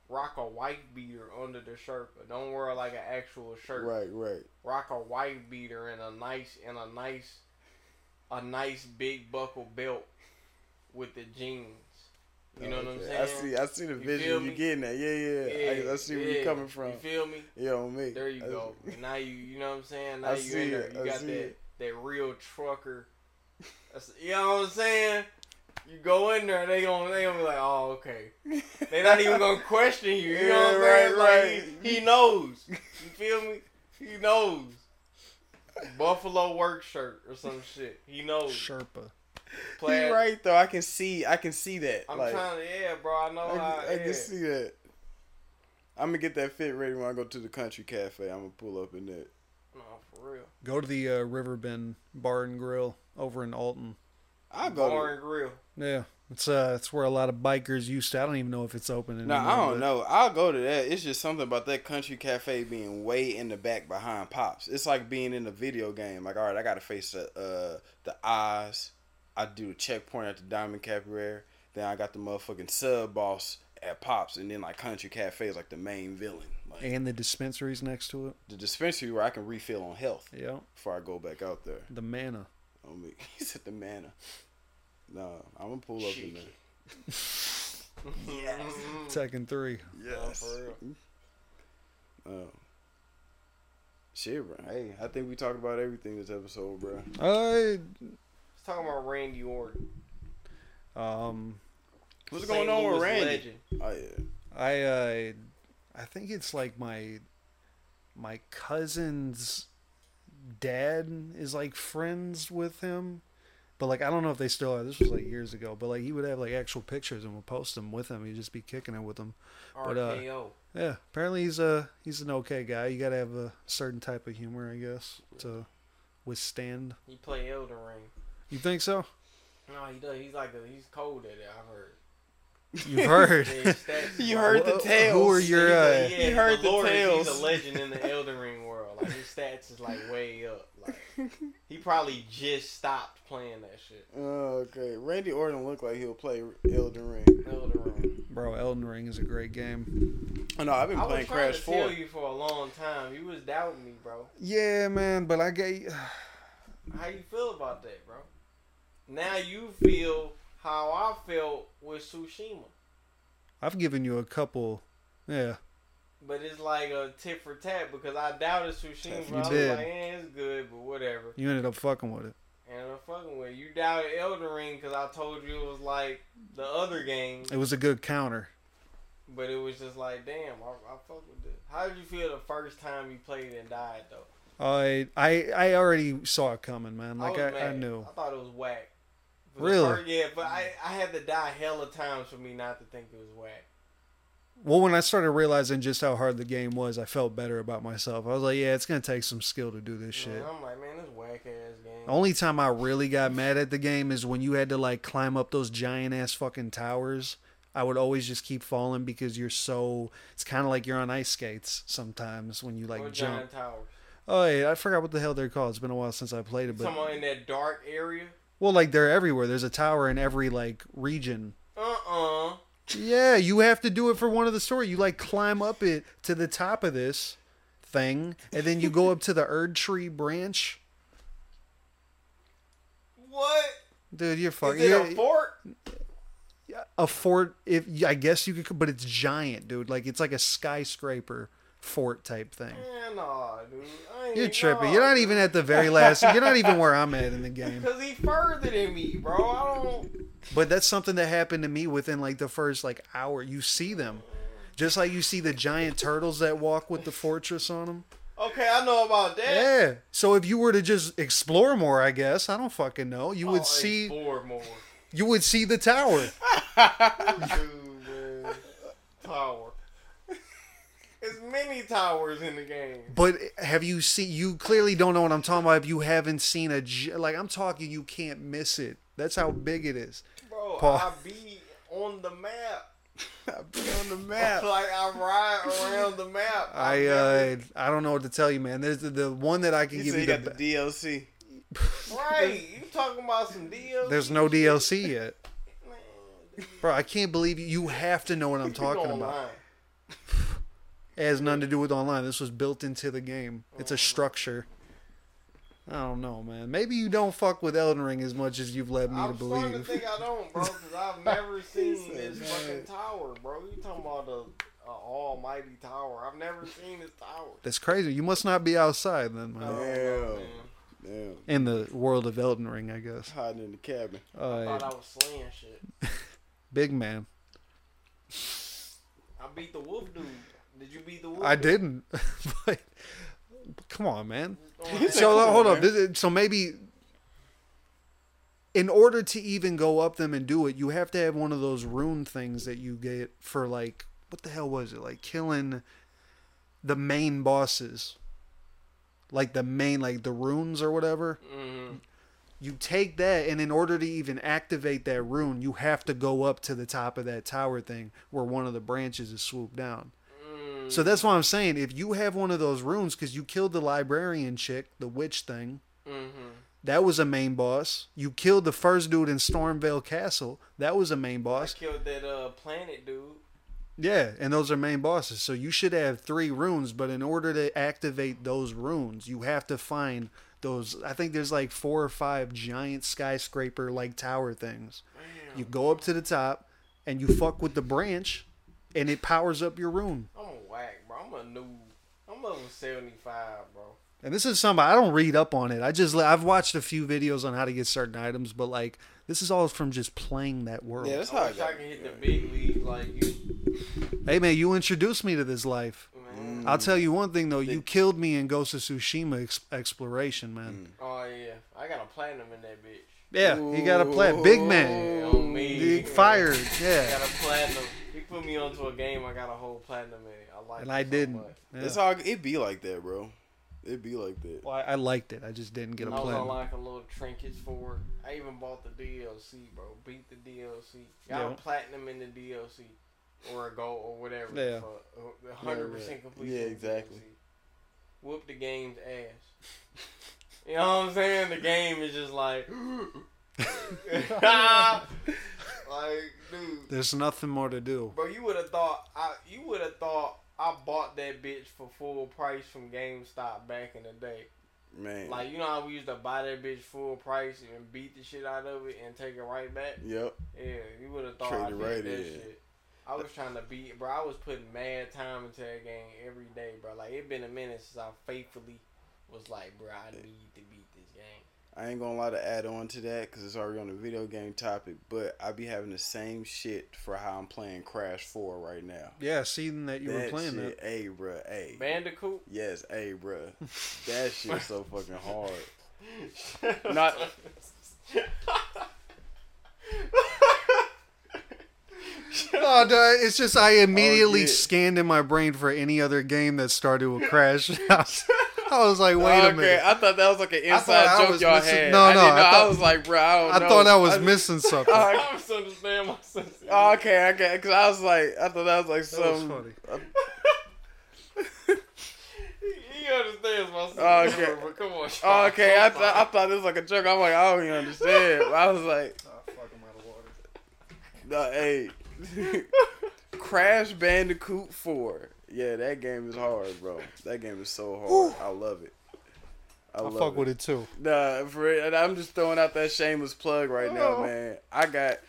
C: rock a white beater under the Sherpa. Don't wear like an actual shirt.
A: right, right.
C: Rock a white beater and a nice and a nice, a nice big buckle belt with the jeans. You know what I'm
A: Okay.
C: saying?
A: Oh, I see, I see the
C: You feel
A: vision you
C: me?
A: getting at. Yeah, yeah. I, I see where
C: yeah.
A: you're coming from.
C: You feel me?
A: yeah, on me.
C: There you
A: I-
C: go. And now you, you know what I'm saying? Now
A: I
C: you
A: see
C: in there.
A: it.
C: You
A: I
C: got
A: see
C: that,
A: it.
C: that real trucker. That's, you know what I'm saying? You go in there, they gonna they gonna be like, oh okay. They not even gonna question you. You know what I'm
A: Yeah,
C: saying?
A: right,
C: Like, he- He, knows. You feel me? He knows. Buffalo work shirt or some shit. He knows.
B: Sherpa.
A: He
C: Plaid-
A: right though. I can see. I can see that.
C: I'm
A: like,
C: trying to, yeah, bro. I know.
A: I, can,
C: how,
A: I can
C: yeah.
A: see that. I'm gonna get that fit ready when I go to the country cafe. I'm gonna pull up in that.
C: No, for real.
B: Go to the uh, Riverbend Bar and Grill over in Alton.
A: I go.
C: Bar
A: To,
C: and grill.
B: Yeah, it's uh, it's where a lot of bikers used to. I don't even know if it's open anymore.
A: nah, I
B: but-
A: don't know. I'll go to that. It's just something about that country cafe being way in the back behind pops. It's like being in a video game. Like, all right, I gotta face the uh, the Oz. I do the checkpoint at the Diamond Capoeira. Then I got the motherfucking sub boss at pops, and then like country cafe is like the main villain. Like
B: And the dispensaries next to it.
A: the dispensary where I can refill on health
B: Yeah,
A: before I go back out there.
B: the Manna.
A: on me. He's at the manor. No, I'm gonna pull up in there.
B: Tekken Three.
C: No, for real.
A: Oh. Shit, bro. Hey, I think we talked about everything this episode, bro.
B: Uh,
C: Let's talk about Randy Orton.
B: um,
A: What's
C: St.
A: going on
C: Louis
A: with Randy?
C: legend.
A: Oh yeah.
B: I uh, I think it's like my my cousin's dad is like friends with him, but like I don't know if they still are. This was like years ago, but like he would have like actual pictures and would post them with him. He'd just be kicking it with him. But, uh,
C: RKO.
B: Yeah, apparently he's a he's an okay guy. You gotta have a certain type of humor, I guess, to withstand.
C: He play Elden Ring.
B: You think so?
C: No, he does. He's like a, he's cold at it. I heard.
B: You heard.
C: Yeah, stats is
A: You
C: like-
A: heard the
B: Who-
A: tales.
B: Who are your? Uh,
C: yeah,
A: You heard the
C: Dolores, He's
A: tales.
C: a legend in the Elden Ring world. Like his stats is like way up. Like he probably just stopped playing that shit.
A: Oh, okay. Randy Orton looked like he'll play Elden Ring.
C: Elden Ring.
B: Bro, Elden Ring is a great game.
A: Oh, no, I've been
C: I was
A: playing
C: trying
A: Crash
C: to
A: Four.
C: tell you for a long time. You was doubting me, bro.
B: Yeah, man, but I get.
C: How you feel about that, bro? Now you feel how I felt with Tsushima,
B: I've given you a couple. Yeah,
C: but it's like a tit for tat because I doubted Tsushima.
A: You
C: but I was
B: did.
C: like, eh, it's good, but whatever.
B: you ended up fucking with it.
C: And I'm fucking with you. You doubted Elden Ring because I told you it was like the other game,
B: It was a good counter.
C: but it was just like, damn, I, I fuck with this. How did you feel the first time you played and died though?
B: I I I already saw it coming, man. Like
C: was
B: I, I
C: mad.
B: knew.
C: I thought it was whack. For the
B: Really?
C: first- yeah, but I, I had to die hella times for me not to think it was whack.
B: Well, when I started realizing just how hard the game was, I felt better about myself. I was like, yeah, it's gonna take some skill to do this shit.
C: And I'm like, man, this whack ass game.
B: The only time I really got mad at the game is when you had to like climb up those giant ass fucking towers. I would always just keep falling because you're so. It's kind of like you're on ice skates sometimes when you like
C: Or
B: jump.
C: Giant Towers.
B: Oh, yeah, I forgot what the hell they're called. It's been a while since I played it, but
C: Someone in that dark area.
B: well, like they're everywhere. There's a tower in every like region.
C: Uh uh
B: Yeah, you have to do it for one of the story. You like climb up it to the top of this thing, and then you go up to the Erd Tree branch.
C: What?
B: Dude, you're
C: Is
B: fucking.
C: it
B: yeah,
C: a fort?
B: a fort if I guess you could but it's giant, dude. Like it's like a skyscraper fort type thing.
C: Yeah, nah, dude. I ain't
B: You're
C: nah,
B: tripping. You're not
C: dude.
B: even at the very last. You're not even where I'm at in the game.
C: Cause he further than me, bro. I don't.
B: But that's something that happened to me within like the first like hour. You see them. Just like you see the giant turtles that walk with the fortress on them.
C: Okay, I know about that.
B: Yeah. So if you were to just explore more, I guess, I don't fucking know, you would see
C: Oh, Four more.
B: you would see the tower.
C: Dude, man. Tower. There's many towers in the game.
B: But have you seen? You clearly don't know what I'm talking about. If you haven't seen a gi- like, I'm talking, you can't miss it. That's how big it is.
C: Bro,
B: Paul.
C: I be on the map.
A: I be on the map.
C: Like, I ride around the map.
B: I
C: never-
B: uh, I don't know what to tell you, man. There's the, the one that I can
A: He
B: give
A: said
B: you.
A: he
B: The,
A: got
B: be-
A: the DLC.
C: Right. You talking about some deals?
B: there's no DLC yet,
C: Man,
B: bro. I can't believe you. You have to know what I'm talking about.
C: online.
B: It has nothing to do with online. This was built into the game. It's
C: Oh.
B: a structure. I don't know, man. Maybe you don't fuck with Elden Ring as much as you've led me to
C: I'm starting to
B: believe.
C: think I don't, bro, because I've never seen
A: said,
C: this
A: "Man."
C: fucking tower, bro. You talking about a, a almighty tower? I've never seen this tower.
B: That's crazy. You must not be outside then, man.
C: I don't know, man.
A: Damn.
B: in the world of Elden Ring, I guess.
A: Hiding in the cabin.
B: Uh,
C: Thought I was slaying shit.
B: big man.
C: I beat the wolf dude. Did you beat the wolf?
B: I
C: dude?
B: didn't. but come on, man.
C: Oh,
A: He
C: man.
A: said,
B: So
A: "Come on,
B: hold on.
A: man."
B: This is- so maybe in order to even go up them and do it, you have to have one of those rune things that you get for like what the hell was it? Like killing the main bosses. Like the main like the runes or whatever.
C: Mhm.
B: you take that and in order to even activate that rune you have to go up to the top of that tower thing where one of the branches is swooped down
C: Mm.
B: so that's why i'm saying if you have one of those runes because you killed the librarian chick the witch thing
C: Mhm.
B: that was a main boss you killed the first dude in stormvale castle that was a main
C: I
B: boss
C: killed that uh planet dude.
B: yeah and those are main bosses so you should have three runes but in order to activate those runes you have to find those i think there's like four or five giant skyscraper like tower things
C: Damn.
B: You go up to the top and you fuck with the branch and it powers up your rune.
C: I'm a whack, bro. I'm a noob. I'm level seventy five, bro.
B: And this is something I don't read up on it. I just I've watched a few videos on how to get certain items, but like this is all from just playing that world.
A: Yeah, that's how
C: I
A: I
C: wish I
A: got.
C: could
A: it.
C: hit the big league like you,
B: Hey man, you introduced me to this life.
A: Mm.
C: man.
B: I'll tell you one thing though, you killed me in Ghost of Tsushima ex- exploration, man.
C: Oh yeah, I got a platinum in that bitch.
B: Yeah, you got to play big man.
C: Yeah, on me.
B: You fired, yeah.
C: got a platinum. He put me onto a game. I got a whole platinum in it. I like.
B: And
C: it
B: I
C: so
B: didn't.
C: much.
B: Yeah.
A: It's all. It be like that, bro. It'd be like that.
B: Well, I, I liked it. I just didn't get a
C: I was on
B: platinum.
C: like a little trinkets for it. I even bought the DLC, bro. Beat the DLC. Got
B: Yeah.
C: a platinum in the DLC or a gold or whatever.
B: Yeah.
C: For a hundred percent complete.
A: Yeah,
C: in the
A: exactly.
C: DLC. Whoop the game's ass. you know what I'm saying? The game is just like, like, dude,
B: There's nothing more to do.
C: bro. You would have thought I. You would have thought I bought that bitch for full price from GameStop back in the day.
A: Man.
C: Like you know how we used to buy that bitch full price and beat the shit out of it and take it right back.
A: yep.
C: Yeah, you would have thought
A: Trade
C: I
A: it
C: did
A: right
C: that
A: in.
C: shit. I was trying to beat, bro. I was putting mad time into that game every day, bro. Like it been a minute since I faithfully was like, bro, I need to beat this game.
A: I ain't gonna lie to add on to that because it's already on the video game topic, but I be having the same shit for how I'm playing Crash 4 right now.
B: Yeah, seeing that you were playing
A: shit, hey, bruh, hey.
C: Bandicoot.
A: Yes, hey, bruh. That shit's so fucking hard.
C: Not.
B: that. No, Oh, duh, it's just I immediately
A: yeah.
B: scanned in my brain for any other game that started with Crash. I was- I was like, wait a minute.
A: I thought that was like an
B: thought I
A: inside joke
B: was
A: y'all
B: missing-
A: had.
B: No,
A: I
B: no,
A: didn't know.
B: I
A: I,
B: thought-
A: was like, bruh, I don't
B: I
A: know.
B: thought I was missing something.
C: I misunderstand my sister.
A: Oh, Uh, okay, okay, because I was like, I thought that was like
B: That was
A: some.
B: funny.
C: He understands my sister.
A: Uh, Okay.
C: But come on.
A: Oh,
C: Sean.
A: okay, I,
C: Come
A: th- I thought this was like a joke. I'm like, I don't even understand. But I was like, nah, hey, Crash Bandicoot 4. Yeah, that game is hard, bro. That game is so hard. I love it. I,
B: I
A: love
B: fuck
A: it.
B: with it too.
A: Nah, for real, and I'm just throwing out that shameless plug right now,
C: Oh.
A: man. I got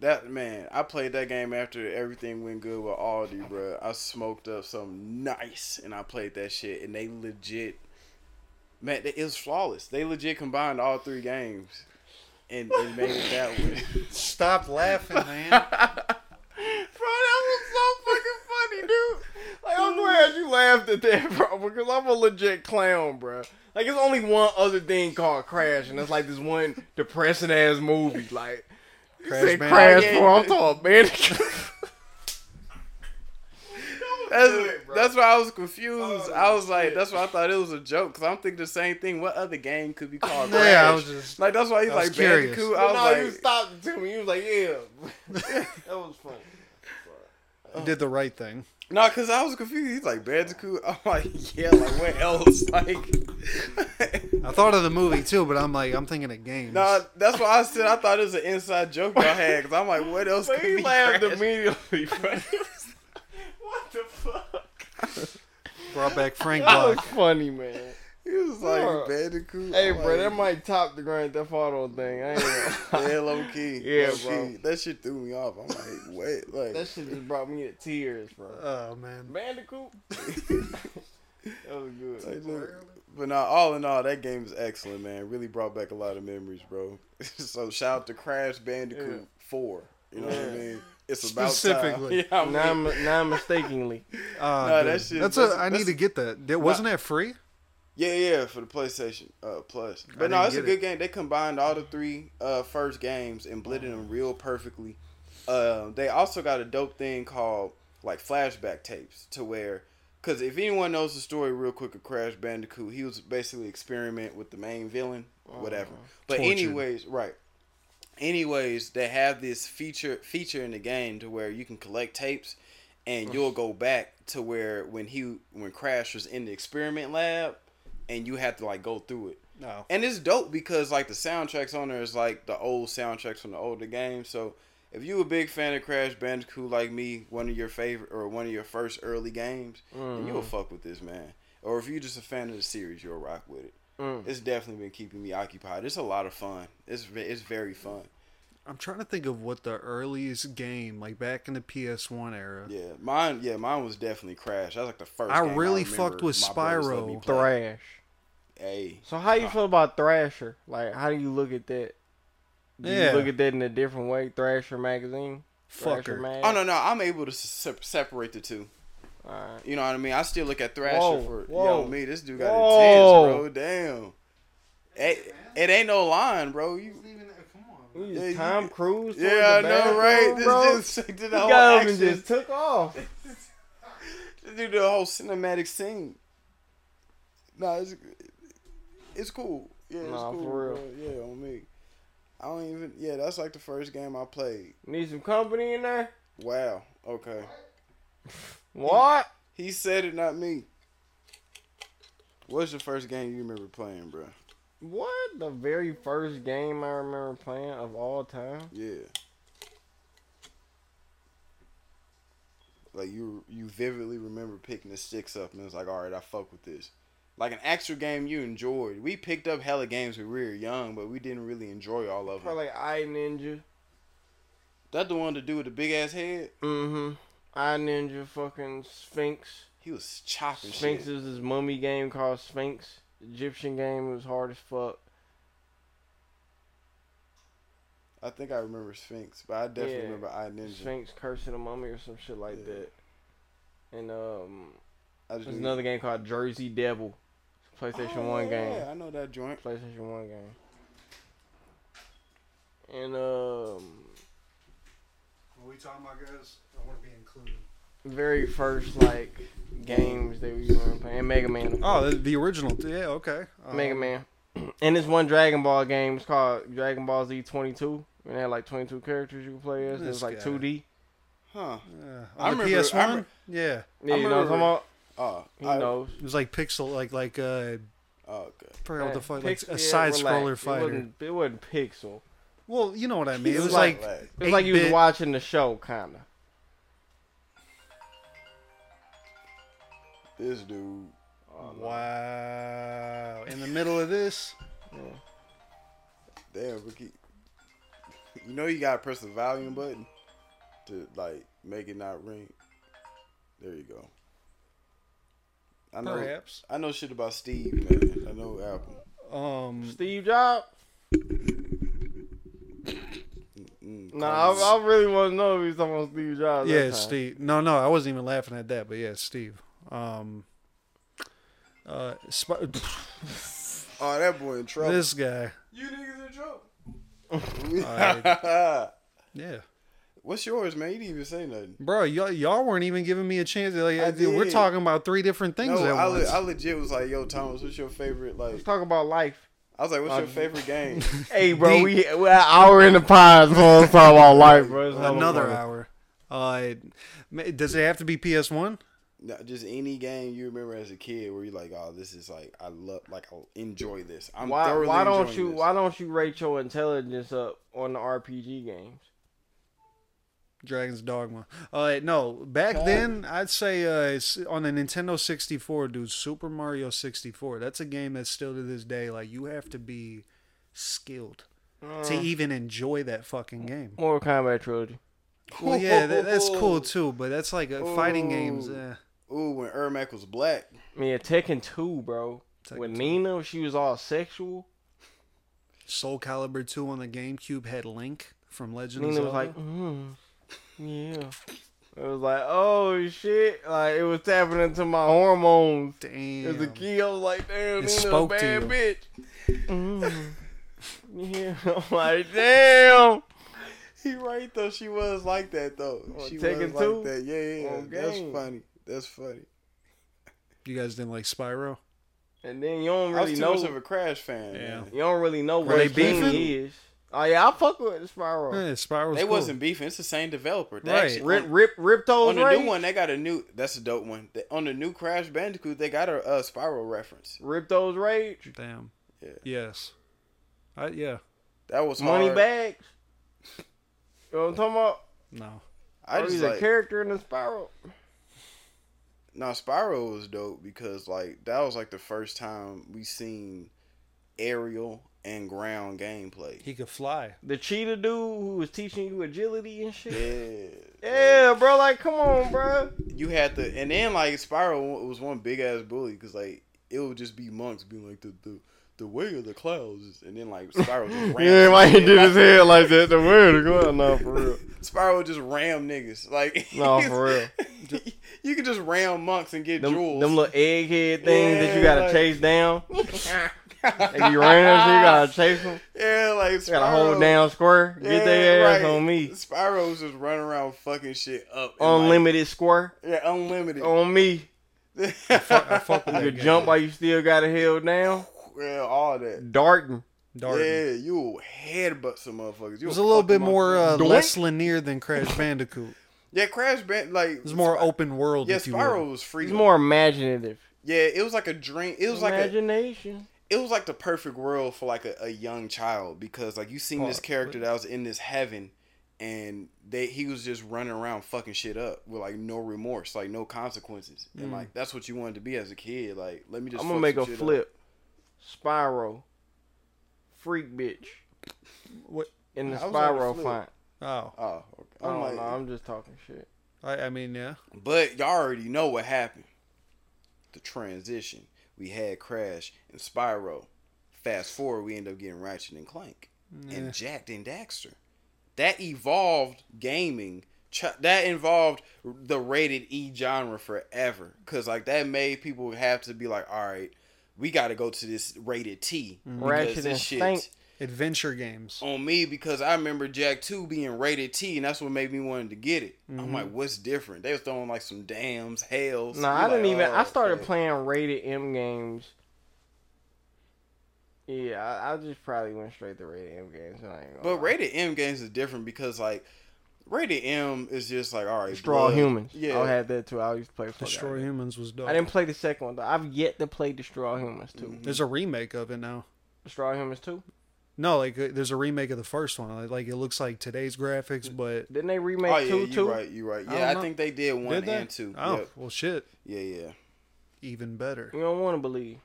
A: that man. I played that game after everything went good with Aldi, bro. I smoked up something nice, and I played that shit, and they legit, man, it was flawless. They legit combined all three games, and, and made it that way.
B: Stop laughing, man.
C: Bro, that was so fucking funny, dude. Like, I'm glad you laughed at that, bro, because I'm a legit clown, bro. Like, it's only one other thing called Crash, and it's like this one depressing ass movie. Like,
B: Crash
C: Crash, said
B: Bandicoot.
C: Crash for I'm talking Bandicoot.
A: That's,
C: bro.
A: that's why I was confused.
C: Oh,
A: I was like,
C: shit.
A: that's why I thought it was a joke because I'm thinking the same thing. What other game could be called? Crash?
B: yeah, I was just.
A: like that's why he's
B: I was
A: like
B: curious.
A: Bandicoot. I
C: But
A: was
C: no,
A: like,
C: you stopped it to me. You was like, yeah. that was funny.
B: you did the right thing.
A: No, cause I was confused. He's like Bandicoot. I'm like, yeah, like what else? Like,
B: I thought of the movie too, but I'm like, I'm thinking of games.
A: nah, that's why I said I thought it was an inside joke y'all had. Cause I'm like, what else?
C: But
A: could
C: he
A: be
C: laughed
A: trash?
C: immediately, bro. what the fuck?
B: Brought back Frank
C: That was
B: Block.
C: funny, man.
A: He was
C: Bruh.
A: like Bandicoot.
C: Hey,
A: I'm
C: bro, that
A: like,
C: might top the Grand Theft Auto thing. I ain't gonna lie.
A: yeah, low key.
C: Yeah,
A: low
C: bro.
A: key. That shit threw me off. I'm like, what? Like,
C: That shit just brought me to tears, bro.
B: Oh man.
C: Bandicoot? that was
A: like,
C: good.
A: look. but nah, all in all, that game is excellent, man. Really brought back a lot of memories, bro. so shout out to Crash Bandicoot
C: Yeah.
A: Four. You know what I
C: Yeah.
A: mean? It's about
B: Specifically.
A: Time. Yeah, I mean,
C: Non, non mistakenly.
B: Uh,
A: Nah,
B: dude.
A: that shit-
B: that's,
A: that's-
B: a. I need
A: that's-
B: to get that. That- Wasn't that free?
A: Yeah, yeah, for the PlayStation uh, Plus. But
B: didn't
A: no, it's a
B: get
A: good
B: it.
A: game. They combined all the three uh, first games and blended
B: Oh.
A: them real perfectly. Uh, they also got a dope thing called like flashback tapes to where, because if anyone knows the story real quick of Crash Bandicoot, he was basically experiment with the main villain, whatever. But
B: Tortured.
A: anyways, right. Anyways, they have this feature feature in the game to where you can collect tapes and you'll go back to where when he when Crash was in the experiment lab, and you have to like go through it.
B: No.
A: And it's dope because like the soundtracks on there is like the old soundtracks from the older games. So if you a big fan of Crash Bandicoot like me, one of your favorite or one of your first early games, then
B: Mm-hmm.
A: you'll fuck with this man. Or if you're just a fan of the series, you'll rock with it.
C: Mm.
A: It's definitely been keeping me occupied. It's a lot of fun. It's ve- it's very fun.
B: I'm trying to think of what the earliest game, like back in the PS1 era.
A: Yeah, mine. Yeah, mine was definitely Crash. That was like the first.
B: I
A: game
B: really
A: remember
B: fucked with
A: my brothers let me
B: Spyro.
A: play.
C: Thrash.
A: Hey,
C: So, how you feel about Thrasher? Like, how do you look at that? Do
B: Yeah.
C: you look at that in a different way? Thrasher magazine? Thrasher
B: Fucker.
C: mag?
A: Oh no, no, I'm able to se- separate the two.
C: Alright.
A: You know what I mean? I still look at Thrasher
C: Whoa,
A: for
C: whoa,
A: yo me. This dude got
C: whoa.
A: intense, bro. Damn. It, it ain't no line, bro. You,
C: You
A: Yeah, you-
C: just Tom Cruise? towards
A: yeah, I
C: the
A: know, right?
C: bathroom,
A: This
C: bro?
A: dude just did the
C: He
A: whole
C: got up and
A: action.
C: just took off.
A: This dude did the whole cinematic scene. Nah, it's it's cool. Yeah, it's
C: Nah,
A: cool.
C: for real.
A: bro. Yeah, on me. I don't even. Yeah, that's like the first game I played.
C: Need some company in there?
A: Wow. Okay.
C: What?
A: He said it, not me. What's the first game you remember playing, bro?
C: What? The very first game I remember playing of all time?
A: Yeah. Like you, you vividly remember picking the sticks up, and it's like, all right, I fuck with this. Like an actual game you enjoyed. We picked up hella games when we were young, but we didn't really enjoy all of them.
C: Probably I Ninja.
A: That the one to do with the big ass head.
C: Mm-hmm. I Ninja fucking Sphinx.
A: He was chopping
C: Sphinx
A: shit.
C: is this mummy game called Sphinx. Egyptian game it was hard as fuck.
A: I think I remember Sphinx, but I definitely
C: Yeah.
A: remember I Ninja.
C: Sphinx Curse of the Mummy or some shit like
A: Yeah.
C: that. And um
A: I just
C: there's
A: knew-
C: another game called Jersey Devil. PlayStation
A: Oh,
C: One game.
A: Yeah, I know that joint.
C: PlayStation One game. And um
B: What we talking about, guys? I want to be included.
C: very first like games that we were playing. And Mega Man. of course.
B: Oh, the, the original. Yeah, okay. Um,
C: Mega Man. And this one Dragon Ball game, it's called Dragon Ball Z twenty two. And they had like twenty two characters you could play as. It
B: This
C: was like
B: guy.
C: two D.
A: Huh.
B: Yeah.
A: I
B: On the
A: remember- I
B: PS One.
A: remember-
B: Yeah,
C: Yeah,
A: I
C: you know what I'm talking
A: remember-
C: about?
A: Oh,
C: He
A: I-
C: knows.
B: it was like pixel, like like uh,
A: oh, okay.
B: I forgot what the
C: Hey,
B: fuck, like
C: Uh, pix-
B: a
C: yeah,
B: side scroller
C: relax.
B: fighter.
C: It wasn't, it wasn't pixel.
B: Well, you know what I mean. It
C: It's
B: was
C: like-
B: like,
A: Like-
C: It was like you was
B: 8-bit.
C: watching the show, kinda.
A: This dude. Oh,
B: Wow! In the middle of this,
A: Damn, Ricky. You know you gotta press the volume button to like make it not ring. There you go. I know.
B: perhaps.
A: I know shit about Steve, man. I know Apple.
B: Um,
C: Steve Jobs.
A: Mm,
C: No, I, I really want to know if he's talking about Steve Jobs. that
B: yeah,
C: time.
B: Steve. No, no, I wasn't even laughing at that, but yeah, Steve. Um, uh, Sp-
A: oh, that boy in trouble.
B: this guy.
A: you niggas in
B: Alright.
A: trouble.
B: Yeah,
A: What's yours, man? You didn't even say nothing.
B: bro, y'all, y'all weren't even giving me a chance. Like, uh,
A: I
B: dude, we're
A: did.
B: talking about three different
A: No,
B: things at
A: I, le-
B: once.
A: I legit was like, "Yo, Thomas, what's your favorite?" Like,
C: Let's talk about life.
A: I was like, "What's your
C: Uh,
A: favorite game?"
C: Hey, bro,
B: Deep.
C: we we're an hour in the pod, so let's talk about life, bro. It's hella
B: Another
C: funny.
B: hour. Uh, ma- does it have to be PS One?
A: No, just any game you remember as a kid where you're like, "Oh, this is like I love, like I enjoy this." I'm
C: Why,
A: thoroughly
C: why don't
A: enjoying
C: you
A: this.
C: Why don't you rate your intelligence up on the RPG games?
B: Dragon's Dogma. Uh, no, back then I'd say uh, it's on the Nintendo 64, dude, Super Mario 64. That's a game that's still to this day like you have to be skilled to even enjoy that fucking game.
C: Mortal Kombat trilogy.
B: Well, yeah, that, that's cool too, but that's like uh, fighting games.
A: Ooh.
B: Eh.
A: Ooh, when Ermac was black,
C: Yeah, Tekken Two, bro.
B: Tekken
C: With
B: 2.
C: Nina, she was all sexual.
B: Soul Calibur 2 on the GameCube had Link from Legend of
C: Nina
B: Zelda.
C: was like,
A: Mm-hmm.
C: mm, yeah. It was like, oh shit! Like it was tapping into my hormones. As a
B: damn.
C: kid, I was like, damn, Nina
B: spoke
C: a
B: to
C: bad
B: you.
C: bitch. Mm.
A: Mm-hmm.
C: yeah, I'm like, damn.
A: he right though. She was like that though.
C: On
A: she
C: Tekken
A: was like
C: 2?
A: that. Yeah, yeah.
C: On
A: That's
C: game.
A: funny. That's funny.
B: You guys didn't like Spyro?
C: And then you don't
A: I was
C: really
A: too
C: know.
A: much of a Crash fan.
B: Yeah.
A: man.
C: You don't really know what
B: they
C: a king
B: beefing?
C: is. Oh yeah, I fuck with Spyro.
B: Yeah, Spyro.
A: they wasn't beefing. It's the same developer. They
B: Right.
A: actually-
C: Rip,
A: on-
C: rip, rip those
A: on the
C: rage.
A: new one, they got a new. That's a dope one. They- on the new Crash Bandicoot, they got a uh, Spiral reference.
C: Rip those rage.
B: Damn.
A: Yeah.
B: Yes. I, yeah.
A: That was
C: Money
A: hard.
C: bags. You know what I'm talking about?
B: No.
A: I just
C: Bro, Oh, he's a
A: like
C: character in the Spyro.
A: Now Spyro was dope because like that was like the first time we seen aerial and ground gameplay.
B: He could fly.
C: The cheetah dude who was teaching you agility and shit.
A: Yeah.
C: Yeah, bro. Like, come on, bro.
A: You had to, and then like Spyro was one big ass bully because like it would just be monks being like the the, the way of the clouds, is- and then like Spyro just ram.
C: he did his head like that? The weird go No, for real.
A: Spyro would just ram niggas like
C: No, for real.
A: you could just ram monks and get
C: Them,
A: jewels.
C: them little egghead things that
A: Yeah,
C: you gotta
A: like-
C: chase down. If you ran them, you gotta chase them.
A: yeah, like Spyro,
C: You gotta hold down square. Get their ass
A: right.
C: on me.
A: Spyro's just running around fucking shit up. and, like,
C: Unlimited square
A: Yeah, unlimited.
C: on me.
B: Fuck, Oh, I fuck with
C: You
B: that
C: could
B: game.
C: jump while you still got it held down.
A: yeah, all that.
C: Darting.
B: Darden.
A: Yeah, you headbutt some motherfuckers.
B: It was a little bit more uh,
C: Doink.
B: less linear than Crash Bandicoot. It
A: yeah, Crash Band like it
B: was more open world.
A: Yeah,
B: if you will.
A: Spyro was free.
C: He's more imaginative.
A: Yeah, it was like a dream. It was like a,
C: Imagination.
A: it was like the perfect world for like a, a young child because like you seen this
B: Fuck,
A: character that was in this heaven and they he was just running around fucking shit up with like no remorse like no consequences and like that's what you wanted to be as a kid like let me just
C: I'm
A: fuck
C: gonna Mm. make
A: some
C: a
A: shit up.
C: flip. Spyro. Freak bitch.
B: What?
C: In the
A: I was on the
C: Spyro
A: flip.
C: font.
B: Oh,
A: oh okay.
C: I
A: I'm
C: don't
A: like,
C: know. I'm just talking shit.
B: I, I mean, yeah.
A: but y'all already know what happened the transition we had crash and spyro fast forward we end up getting ratchet and clank and jacked and daxter that evolved gaming ch- that involved the rated e genre forever because like that made people have to be like all right we got to go to this rated t because
C: Ratchet
A: this
C: and
A: shit's
C: Clank.
B: Adventure games.
A: on me because i remember jack 2 being rated t and that's what made me wanted to get it i'm like what's different they was throwing like some dams hells
C: Nah, I didn't
A: oh,
C: even. I started playing rated M games. Yeah, I, I just probably went straight to rated M games. and I ain't gonna
A: but
C: lie.
A: rated m games is different because like rated m is just like all right
C: Destroy
A: blood.
C: Humans. Oh, Yeah,
A: yeah
C: I had that too. I used to play.
B: Destroy
C: Destroy.
B: Humans was dope.
C: I didn't play the second one though. I've yet to play Destroy Humans too.
A: Mm-hmm.
B: There's a remake of it now.
C: Destroy Humans too.
B: No, like uh, there's a remake of the first one. Like, like it looks like today's graphics, but
C: Didn't they remake
A: Oh yeah,
C: two
A: you
C: too?
A: right, you right.
B: I
A: Yeah, I,
B: don't know.
A: think they did one
B: did they?
A: and two.
B: Oh
A: Yep.
B: well, shit.
A: Yeah, yeah.
B: Even better.
C: You don't want to believe.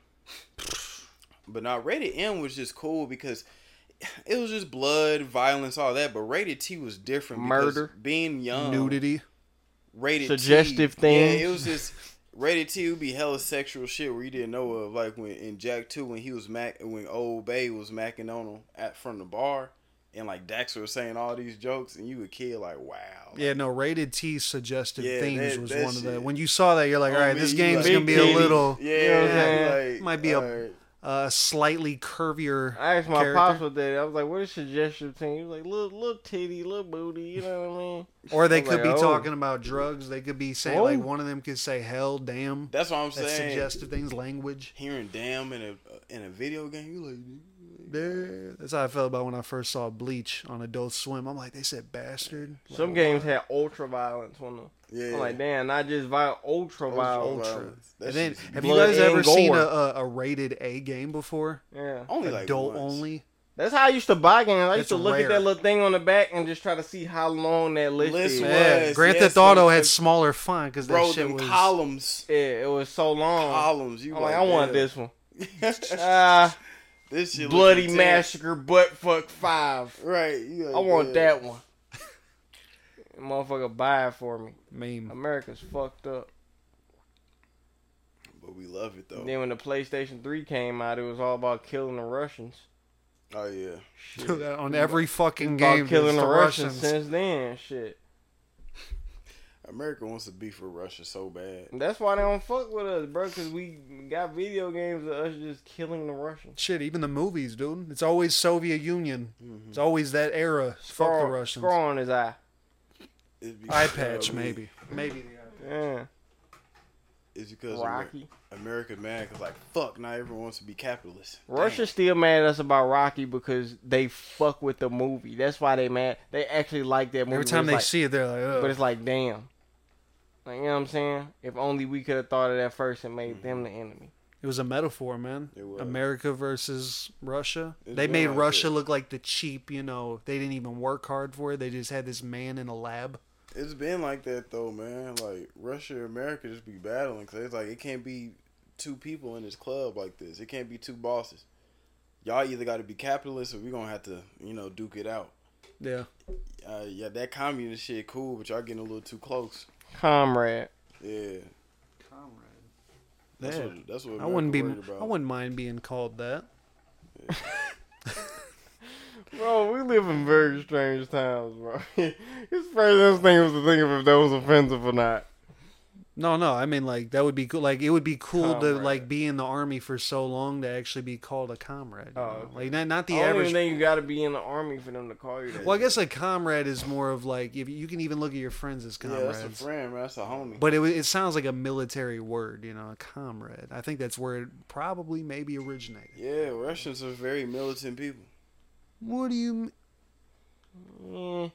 A: But now rated M was just cool because it was just blood, violence, all that. But rated T was different. because
C: Murder.
A: being young,
B: Nudity.
A: rated
C: Suggestive
A: T,
C: things.
A: Yeah, it was just rated T would be hella sexual shit where you didn't know of. Like when in Jack Two, when he was mac, when Old Bay was macking on him at from the bar, and like Dax was saying all these jokes, and you a kid like, wow, like,
B: Yeah, no, rated T suggestive
A: Yeah,
B: themes
A: that-
B: was
A: that
B: one of the.
A: shit.
B: When you saw that, you're like,
A: oh,
B: all right,
A: man,
B: this
A: you
B: game's
A: like-
B: gonna be
C: Big
B: a little
A: yeah,
C: know what I'm
A: yeah,
C: saying?
A: like,
B: Might be a-
A: all right.
B: uh, slightly curvier.
C: I asked my
B: character.
C: pops what that. I was like, "What is suggestive thing?" He was like, "Little, little titty, little booty." You know what I mean?
B: Or they
C: I'm
B: could
C: like,
B: be
C: oh.
B: talking about drugs. They could be saying like
C: Whoa.
B: one of them could say hell, damn.
A: Oh. That's what I'm
B: That's
A: saying.
B: suggestive things, language.
A: Hearing damn in a in a video game, you like
B: There- That's how I felt about when I first saw Bleach on Adult Swim. I'm like, they said bastard.
C: Some games had ultra violence on them.
A: yeah.
C: I'm like, damn, not just violent, ultra violence.
A: Ultra. That
B: and then,
A: shit's
B: have
A: big.
B: you
C: blood
B: guys
C: and
B: ever seen
C: gore.
B: a, a, a rated A game before?
C: Yeah.
A: only like
B: Adult
A: once.
B: only.
C: That's how I used to buy games. I used
B: It's
C: to look
B: rare.
C: at that little thing on the back and just try to see how long that list
A: List
C: is.
A: was.
B: Yeah, Grand
A: yes,
B: Theft Auto
A: those-
B: had smaller font because that
A: Bro,
B: shit
A: them
B: was. Oh.
A: columns,
C: Yeah, it was so long.
A: columns. Oh, You
C: I'm
A: like,
C: like, I want
A: damn.
C: this one.
A: this.
C: Ah,
A: shit look
C: Bloody
A: intense.
C: Massacre Butt Fuck 5.
A: Right. you
C: I
A: like,
C: want
A: yeah.
C: that one. Motherfucker, buy it for me.
A: Oh,
B: Meme.
C: America's fucked up.
A: But we love it though.
C: Then when the PlayStation 3 came out, it was all about killing the Russians.
A: Oh yeah.
C: Shit.
B: on every fucking game,
C: about killing
B: it's
C: the
B: the
C: Russians
B: Russians.
C: since then. Shit.
A: America wants to beef with Russia so bad.
C: That's why they don't fuck with us, bro, because we got video games of us just killing the Russians.
B: Shit, even the movies, dude. It's always Soviet Union.
A: Mm-hmm.
B: It's always that era. Fuck
C: Scar-
B: the Russians.
C: Scar on his eye.
A: It'd be-
B: Eye patch,
A: I mean,
B: maybe. Maybe.
C: Yeah.
A: It's because Amer-
C: Rocky.
A: America mad because like fuck, now everyone wants to be capitalist. Damn.
C: Russia's still mad at us about Rocky because they fuck with the movie. That's why they mad. They actually like that movie.
B: Every
C: but
B: time
C: it's
B: they
C: like-
B: see it, they're like, Ugh.
C: But it's like, damn. Like, you know what I'm saying? If only we could have thought of that first and
B: Mm-hmm.
C: made them the enemy.
B: It was a metaphor, man.
A: It was.
B: America versus Russia.
A: It's
B: they
A: been
B: made
A: like
B: Russia
A: that.
B: look like the cheap, you know, they didn't even work hard for it. They just had this man in a lab.
A: It's been like that though, man. Like Russia and America just be battling because it's like it can't be two people in this club like this. It can't be two bosses. Y'all either got to be capitalists or we gonna have to, you know, duke it out.
B: Yeah.
A: Uh, yeah, that communist shit cool, but y'all getting a little too close.
C: Comrade.
A: Yeah,
B: Comrade.
A: that's
B: Yeah.
A: what that's what
B: I wouldn't be
A: America worried about.
B: I wouldn't mind being called that.
C: Bro, we live in very strange times, bro. His first instinct was to think of if that was offensive or not.
B: No, no. I mean, like that would be cool. Like it would be cool to
C: Comrade.
B: like be in the army for so long to actually be called a comrade. you
C: Oh,
B: know?
C: okay.
B: Like not not the
C: I don't
B: average.
C: even think you got to be in the army for them to call you that.
B: well, I guess like comrade is more of like if you can even look at your friends as
A: Yeah, that's
B: comrades.
A: a friend, man. That's a homie.
B: But it wa- it sounds like a military word, you know, a comrade. I think that's where it probably maybe originated.
A: yeah, Russians are very militant people.
B: What do you? m-
C: Yeah.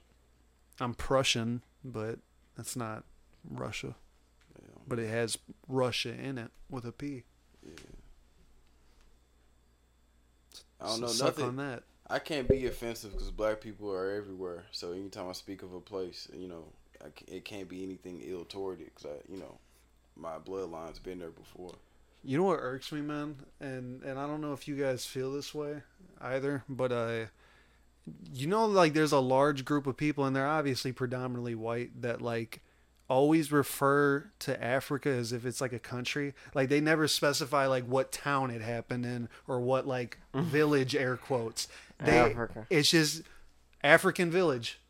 B: I'm Prussian, but that's not Russia. But it has Russia in it with a P.
A: I don't
B: So
A: know
B: suck
A: nothing.
B: on that.
A: I can't be offensive because black people are everywhere. So anytime I speak of a place, you know, I ca- it can't be anything ill toward it because I, you know, my bloodline's been there before.
B: You know what irks me, man, and and I don't know if you guys feel this way either, but uh, you know, like there's a large group of people, and they're obviously predominantly white that like always refer to Africa as if it's like a country. Like they never specify like what town it happened in or what like
C: Mm.
B: village air quotes. They,
C: Africa.
B: It's just African village.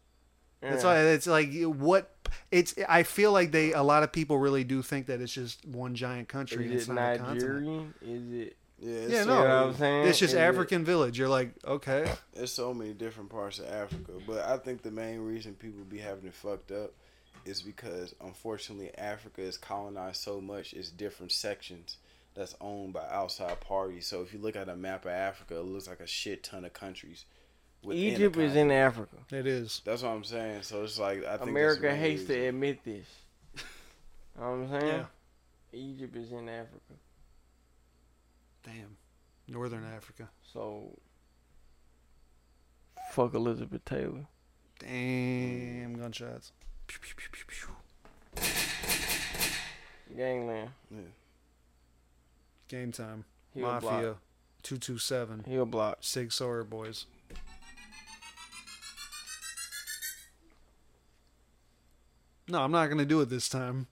B: That's why it's like what it's. I feel like they a lot of people really do think that it's just one giant country. and
C: Is
B: it's
C: it
B: not a continent.
C: Nigerian? Is it?
A: Yeah, it's
B: Yeah,
A: so,
B: no.
C: You know what
A: many-
C: I'm saying?
B: It's just
C: Is it-
B: African village. You're like, okay,
A: There's so many different parts of Africa, but I think the main reason people be having it fucked up is because unfortunately Africa is colonized so much. It's different sections that's owned by outside parties. So if you look at a map of Africa, it looks like a shit ton of countries. within a
C: Egypt is
A: continent.
C: in Africa.
B: it is.
A: That's what I'm saying. So it's like I think that's the
C: America
A: main
C: hates
A: reason.
C: to admit this. You know what I'm saying?
B: Yeah.
C: Egypt is in Africa.
B: Damn, Northern Africa.
C: So fuck Elizabeth Taylor.
B: Damn, gunshots. Pew, pew, pew, pew, pew.
C: Gangland.
B: Game time.
C: Heel
B: Mafia,
C: block.
B: two two seven.
C: Heel block.
B: Sig Sauer boys. No, I'm not gonna do it this time.